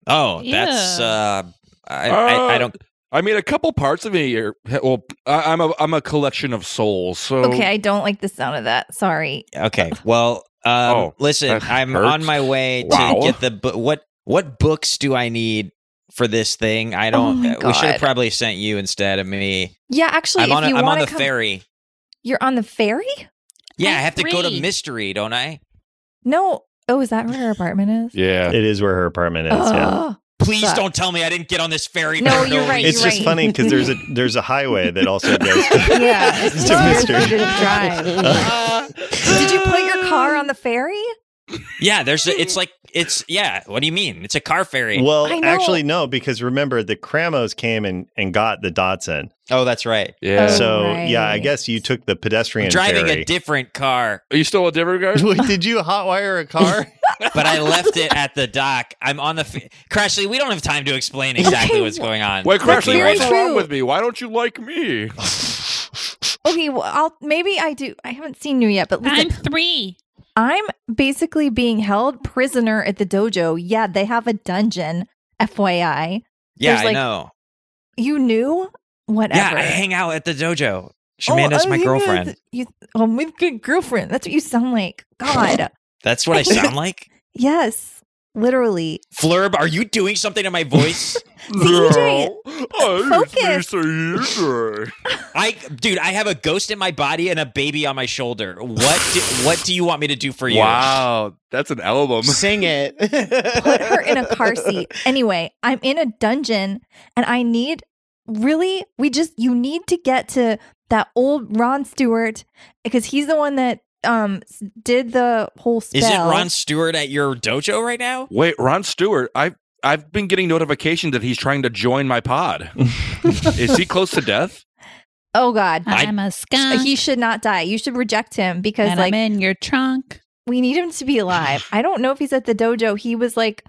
S10: Oh, that's.
S9: Yeah.
S10: Uh, I, I, I
S2: Uh,
S10: don't.
S2: I mean, a couple parts of me are well. I, I'm a I'm a collection of souls. So
S4: Okay, I don't like the sound of that. Sorry.
S10: Okay. Well, um,
S2: Oh,
S10: listen,
S2: that
S10: I'm
S2: hurts.
S10: on my way
S2: Wow.
S10: to get the bu- what what books do I need for this thing? I
S4: Oh
S10: don't. uh,
S4: my
S10: we should
S4: God.
S10: have probably sent you instead of me.
S4: Yeah, actually,
S10: I'm on.
S4: if
S10: A,
S4: you
S10: I'm on
S4: want
S10: the
S4: to come,
S10: ferry.
S4: you're on the ferry.
S10: Yeah, I
S9: I'm
S10: have to go to
S9: free.
S10: mystery, don't I?
S4: No. Oh, is that where her apartment is? Oh,
S2: yeah,
S1: It is where her apartment is. yeah.
S4: Ugh.
S10: Please
S4: Fuck.
S10: don't tell me I didn't get on this ferry.
S4: No,
S10: for
S4: you're right,
S10: reason.
S1: It's just
S4: right.
S1: funny because there's a there's a highway that also goes.
S4: Yeah.
S1: To-
S4: it's
S1: It's
S4: just
S1: a
S4: weird
S1: mystery.
S4: for you to drive. Did you put your car on the ferry?
S10: Yeah, there's. A, it's like it's. Yeah. What do you mean? It's a car ferry.
S1: well,
S4: I know.
S1: actually, no, because remember the Kramos came and and got the Dotson.
S10: oh, that's right.
S2: yeah.
S4: Oh.
S1: so yeah, I
S4: right.
S1: guess you took the pedestrian
S10: I'm driving
S1: ferry.
S10: a different car,
S2: Are you still a different guy?
S1: Wait, did you hotwire a car?
S10: but I left it at the dock. I'm on the fe- Crashly. We don't have time to explain exactly
S4: Okay,
S10: what's going on.
S2: Wait,
S4: That's
S2: Crashly,
S4: very
S2: what's
S4: true.
S2: wrong with me? Why don't you like me?
S4: Okay, well, I'll maybe I do. I haven't seen you yet, but
S9: I'm
S4: listen,
S9: three.
S4: I'm basically being held prisoner at the dojo. Yeah, they have a dungeon. FYI,
S10: Yeah,
S4: There's,
S10: I
S4: like,
S10: know.
S4: you knew whatever.
S10: Yeah, I hang out at the dojo.
S4: Oh,
S10: Shamanda's
S4: oh,
S10: my
S4: you know,
S10: girlfriend.
S4: You, oh, my good girlfriend. That's what you sound like. God.
S10: That's what I sound like.
S4: yes. Literally.
S10: Flurb, are you doing something to my voice?
S4: CJ,
S2: I
S4: focus.
S10: I, dude, I have a ghost in my body and a baby on my shoulder. What, do, what do you want me to do for you?
S2: Wow, that's an album.
S3: Sing it.
S4: Put her in a car seat. Anyway, I'm in a dungeon and I need really we just you need to get to that old Ron Stewart because he's the one that um s- did the whole spell.
S10: Is it Ron Stewart at your dojo right now?
S2: Wait, Ron Stewart, I've I've been getting notification that he's trying to join my pod. Is he close to death?
S4: Oh god.
S10: I-
S9: I'm a skunk.
S4: He should not die. You should reject him because
S9: and
S4: like
S9: I'm in your trunk.
S4: we need him to be alive. I don't know if he's at the dojo. He was like,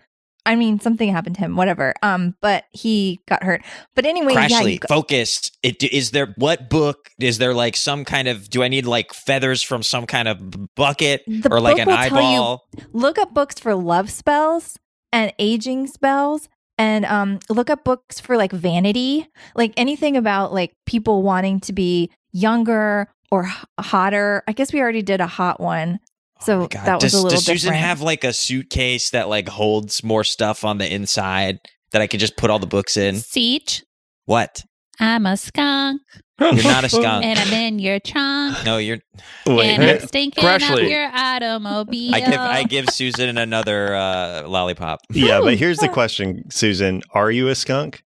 S4: I mean, something happened to him, whatever. Um, but he got hurt. But anyway, yeah,
S10: Crashly,
S4: you go-
S10: focus. It, is there what book? Is there like some kind of? Do I need like feathers from some kind of b- bucket
S4: The
S10: or like
S4: book
S10: an
S4: will tell you-
S10: eyeball? Oh
S4: look up books for love spells and aging spells, and um, look up books for like vanity, like anything about like people wanting to be younger or h- hotter. I guess we already did a hot one. So
S10: Oh my God.
S4: that was
S10: does,
S4: a little
S10: does Susan
S4: different.
S10: have like a suitcase that like holds more stuff on the inside that I could just put all the books in?
S9: Siege.
S10: What?
S9: I'm a skunk.
S6: You're not a
S10: um,
S6: skunk.
S5: and I'm in your trunk.
S6: no, you're.
S1: Wait,
S5: and
S1: ma-
S5: I'm stinking
S10: Crashly.
S5: up your automobile.
S6: I give I give Susan another uh, lollipop.
S1: yeah, but here's the question, Susan: Are you a skunk?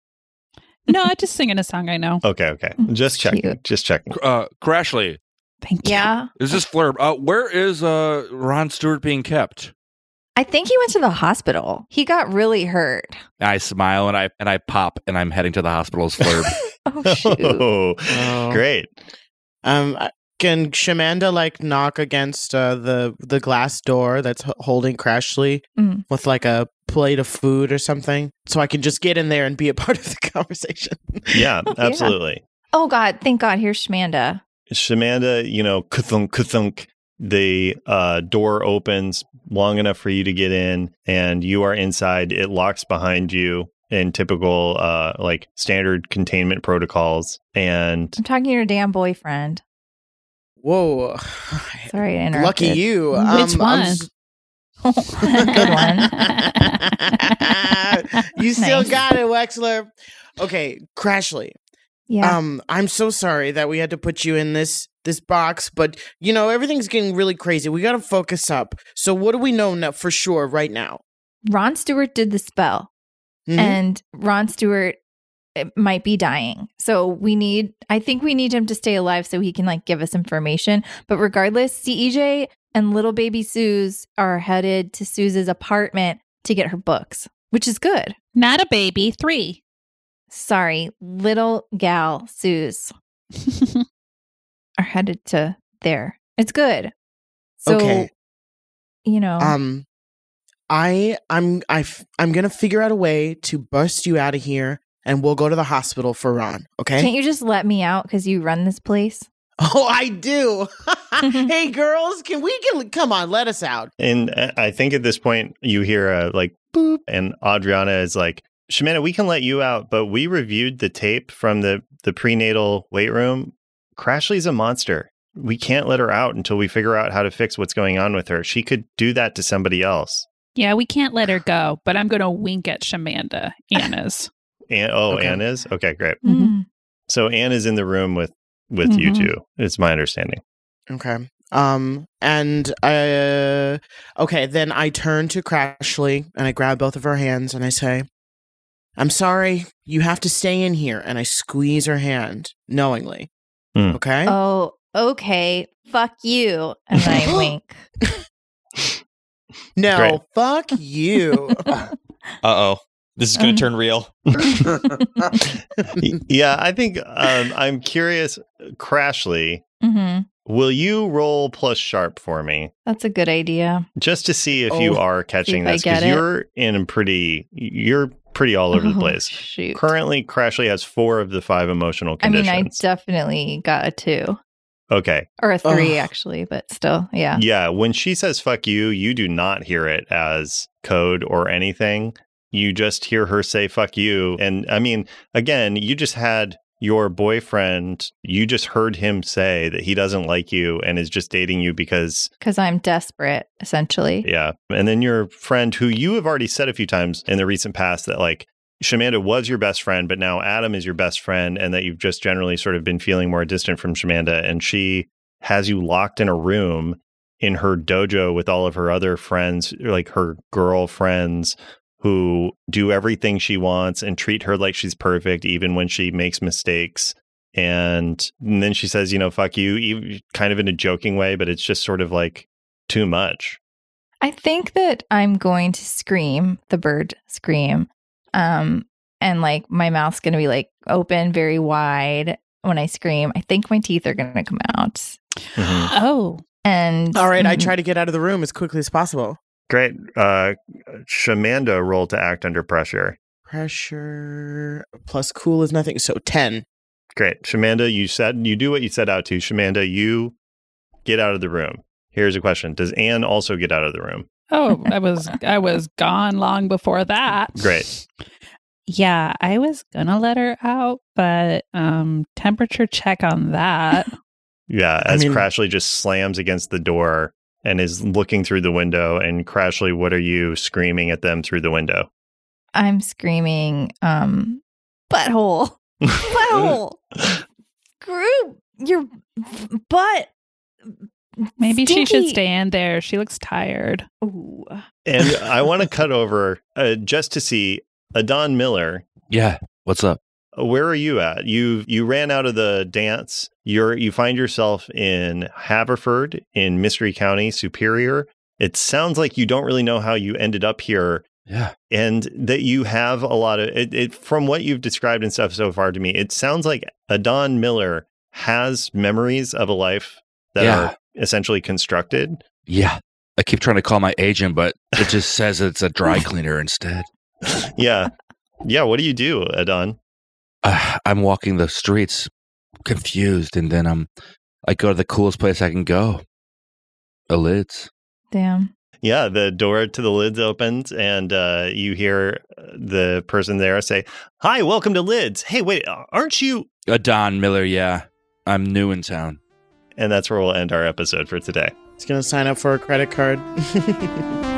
S9: No, I'm just singing a song I know.
S1: Okay, okay, just
S4: Cute.
S1: checking, just checking.
S2: Uh, Crashly,
S9: Thank you.
S4: Yeah.
S2: is this Flurb? Uh, where is uh Ron Stewart being kept?
S4: I think he went to the hospital. He got really hurt.
S2: I smile and I and I pop and I'm heading to the hospital's Flurb.
S4: Oh shoot.
S1: Oh, great.
S3: Um, I- can Shamanda like knock against uh, the the glass door that's h- holding Crashly
S4: Mm.
S3: with like a plate of food or something, so I can just get in there and be a part of the conversation?
S1: Yeah,
S4: Yeah.
S1: absolutely.
S4: oh god, thank God, here's Shmanda.
S1: Shamanda, you know, kathunk, kathunk, the uh, door opens long enough for you to get in, and you are inside. It locks behind you in typical, uh, like, standard containment protocols. And
S4: I'm talking to your damn boyfriend.
S3: Whoa!
S4: Sorry, I interrupted.
S3: Lucky you. Um,
S5: Which
S3: I'm
S5: one?
S3: s-
S4: Good
S5: one.
S3: you still
S4: Nice.
S3: got it, Wexler. Okay, Crashly.
S4: Yeah.
S3: Um, I'm so sorry that we had to put you in this this box, but you know everything's getting really crazy. We got to focus up. So what do we know now for sure right now?
S4: Ron Stewart did the spell,
S3: Mhm.
S4: and Ron Stewart eh, might be dying. So we need, I think we need him to stay alive so he can like give us information. But regardless, CEJ and little baby Suze are headed to Suze's apartment to get her books, which is good.
S5: Not a baby, three.
S4: Sorry, little gal Suze are headed to there. It's good. So,
S3: Okay.
S4: you know,
S3: Um, I I'm I f- I'm gonna figure out a way to bust you out of here, and we'll go to the hospital for Ron. Okay?
S4: can't you just let me out because you run this place?
S3: oh, I do. hey, girls, can we get? Come on, let us out.
S1: and I- I think at this point, you hear a, like, boop, and Adriana is like, Shamanda, we can let you out, but we reviewed the tape from the, the prenatal weight room. Crashly's a monster. We can't let her out until we figure out how to fix what's going on with her. She could do that to somebody else.
S9: Yeah, we can't let her go, but I'm going to wink at Shamanda, Anna's.
S1: Ann, oh,
S3: Okay.
S1: Anne is okay. Great.
S4: Mhm.
S1: So Anne is in the room with with you
S4: Mhm.
S1: two. It's my understanding.
S3: Okay. Um and uh okay, then I turn to Crashly and I grab both of her hands and I say, "I'm sorry, you have to stay in here." And I squeeze her hand knowingly.
S1: Hmm.
S3: Okay?
S4: Oh, okay. Fuck you. And I wink.
S3: no,
S1: great.
S3: fuck you.
S6: Uh oh, this is going
S4: Um.
S6: to turn real.
S1: Y- yeah, I think um, I'm curious. Crashly,
S4: hmm
S1: will you roll plus sharp for me
S4: That's a good idea.
S1: just to see if you
S3: Oh,
S1: are catching
S4: if I
S1: this because
S4: get it.
S1: you're in pretty. You're pretty all over the
S4: Oh,
S1: place.
S4: Shoot.
S1: Currently, Crashly has four of the five emotional
S4: I mean,
S1: conditions.
S4: I definitely got a two
S1: okay,
S4: or a three,
S3: Ugh.
S4: actually, but still, yeah.
S1: Yeah, when she says fuck you, you do not hear it as code or anything. You just hear her say fuck you. And I mean, again, you just had your boyfriend, you just heard him say that he doesn't like you and is just dating you because,
S3: Mm.
S4: Because I'm desperate, essentially.
S1: yeah. And then your friend, who you have already said a few times in the recent past that like, Shamanda was your best friend, but now Adam is your best friend, and that you've just generally sort of been feeling more distant from Shamanda. And she has you locked in a room in her dojo with all of her other friends, like her girlfriends who do everything she wants and treat her like she's perfect, even when she makes mistakes. And, and then she says, you know, fuck you, ev- kind of in a joking way, but it's just sort of like too much.
S4: I think that I'm going to scream the bird scream. Um, and like my mouth's going to be like open very wide when I scream. I think my teeth are going to come out.
S3: Mm-hmm.
S1: Mhm.
S9: Oh,
S4: And
S3: All right, I
S4: Mhm.
S3: try to get out of the room as quickly as possible.
S1: Great. Uh, Shamanda roll to act under pressure.
S3: Pressure plus cool is nothing, so 10.
S1: Great. Shamanda, you said you do what you set out to. Shamanda, you get out of the room. Here's a question Does Anne also get out of the room?
S9: oh, I was I was gone long before that.
S1: Great.
S9: Yeah, I was gonna let her out, but um, temperature check on that.
S1: Yeah,
S3: I
S1: as
S3: mean-
S1: Crashly just slams against the door and is looking through the window. And Crashly, what are you screaming at them through the window?
S4: I'm screaming, um, butthole, butthole. screw your butt.
S9: Maybe
S4: Stinky.
S9: she should stand there. She looks tired.
S4: Ooh.
S1: And I want to cut over uh, just to see uh, Don Miller.
S2: Yeah. What's up?
S1: uh, Where are you at? You you ran out of the dance. You're you find yourself in Haverford in Mystery County, Superior. It sounds like you don't really know how you ended up here
S2: Yeah.
S1: and that you have a lot of it, it from what you've described and stuff so far to me, it sounds like Adon Miller has memories of a life that
S2: Yeah.
S1: are essentially constructed.
S2: Yeah. I keep trying to call my agent, but it just says it's a dry cleaner instead.
S1: yeah. Yeah. What do you do, Adon?
S2: uh, I'm walking the streets confused, and then I'm I go to the coolest place I can go, a lids.
S4: Damn.
S1: Yeah. The door to the lids opens, and uh, you hear the person there say, Hi, welcome to lids. Hey, wait, aren't you?
S2: A Uh, Don Miller, yeah. I'm new in town.
S1: And that's where we'll end our episode for today.
S3: He's gonna sign up for a credit card.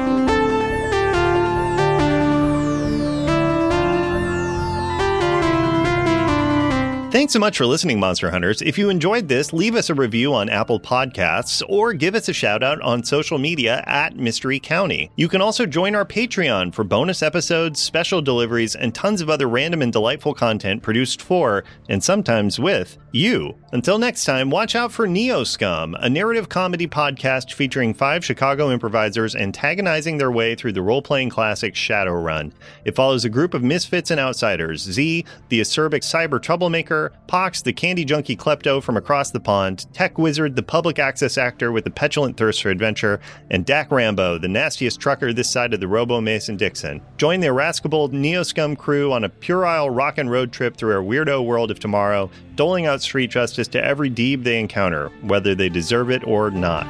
S1: Thanks so much for listening, Monster Hunters. If you enjoyed this, leave us a review on Apple Podcasts or give us a shout out on social media at Mystery County. You can also join our Patreon for bonus episodes, special deliveries, and tons of other random and delightful content produced for and sometimes with you. Until next time, watch out for Neo Scum, a narrative comedy podcast featuring five Chicago improvisers antagonizing their way through the role playing classic Shadowrun. It follows a group of misfits and outsiders Z, the acerbic cyber troublemaker, Pox, the candy junkie klepto from across the pond, Tech Wizard, the public access actor with a petulant thirst for adventure, and Dak Rambo, the nastiest trucker this side of the Robo Mason Dixon. Join the irascible Neo Scum crew on a puerile rock and road trip through our weirdo world of tomorrow, doling out street justice to every deeb they encounter, whether they deserve it or not.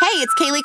S15: Hey, it's Kaylee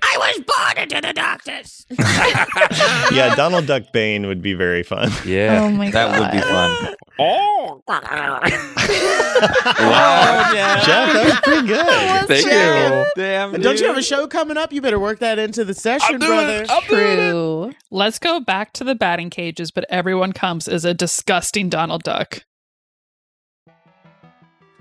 S5: I was born into the darkness.
S1: yeah, Donald Duck Bane would be very fun.
S2: Yeah.
S4: Oh my god.
S6: That would be fun.
S5: Oh.
S6: Wow.
S1: Jeff, that was pretty good.
S2: Thank
S3: Jeff.
S2: you.
S6: Damn.
S3: And don't you
S6: dude.
S3: have a show coming up? You better work that into the session, brother.
S9: True. Let's go back to the batting cages, but everyone comes as a disgusting Donald Duck.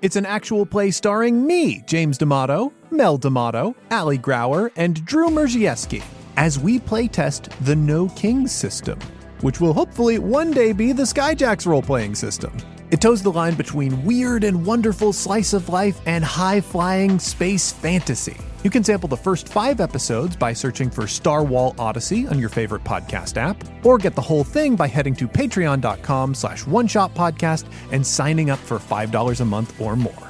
S7: It's an actual play starring me, James D'Amato, Mel D'Amato, Ali Grauer, and Drew Merzieski, as we playtest the No Kings system, which will hopefully one day be the Skyjacks role playing system. It toes the line between weird and wonderful slice of life and high flying space fantasy. You can sample the first five episodes by searching for Star Wall Odyssey on your favorite podcast app, or get the whole thing by heading to patreon.com slash one shot podcast and signing up for $5 a month or more.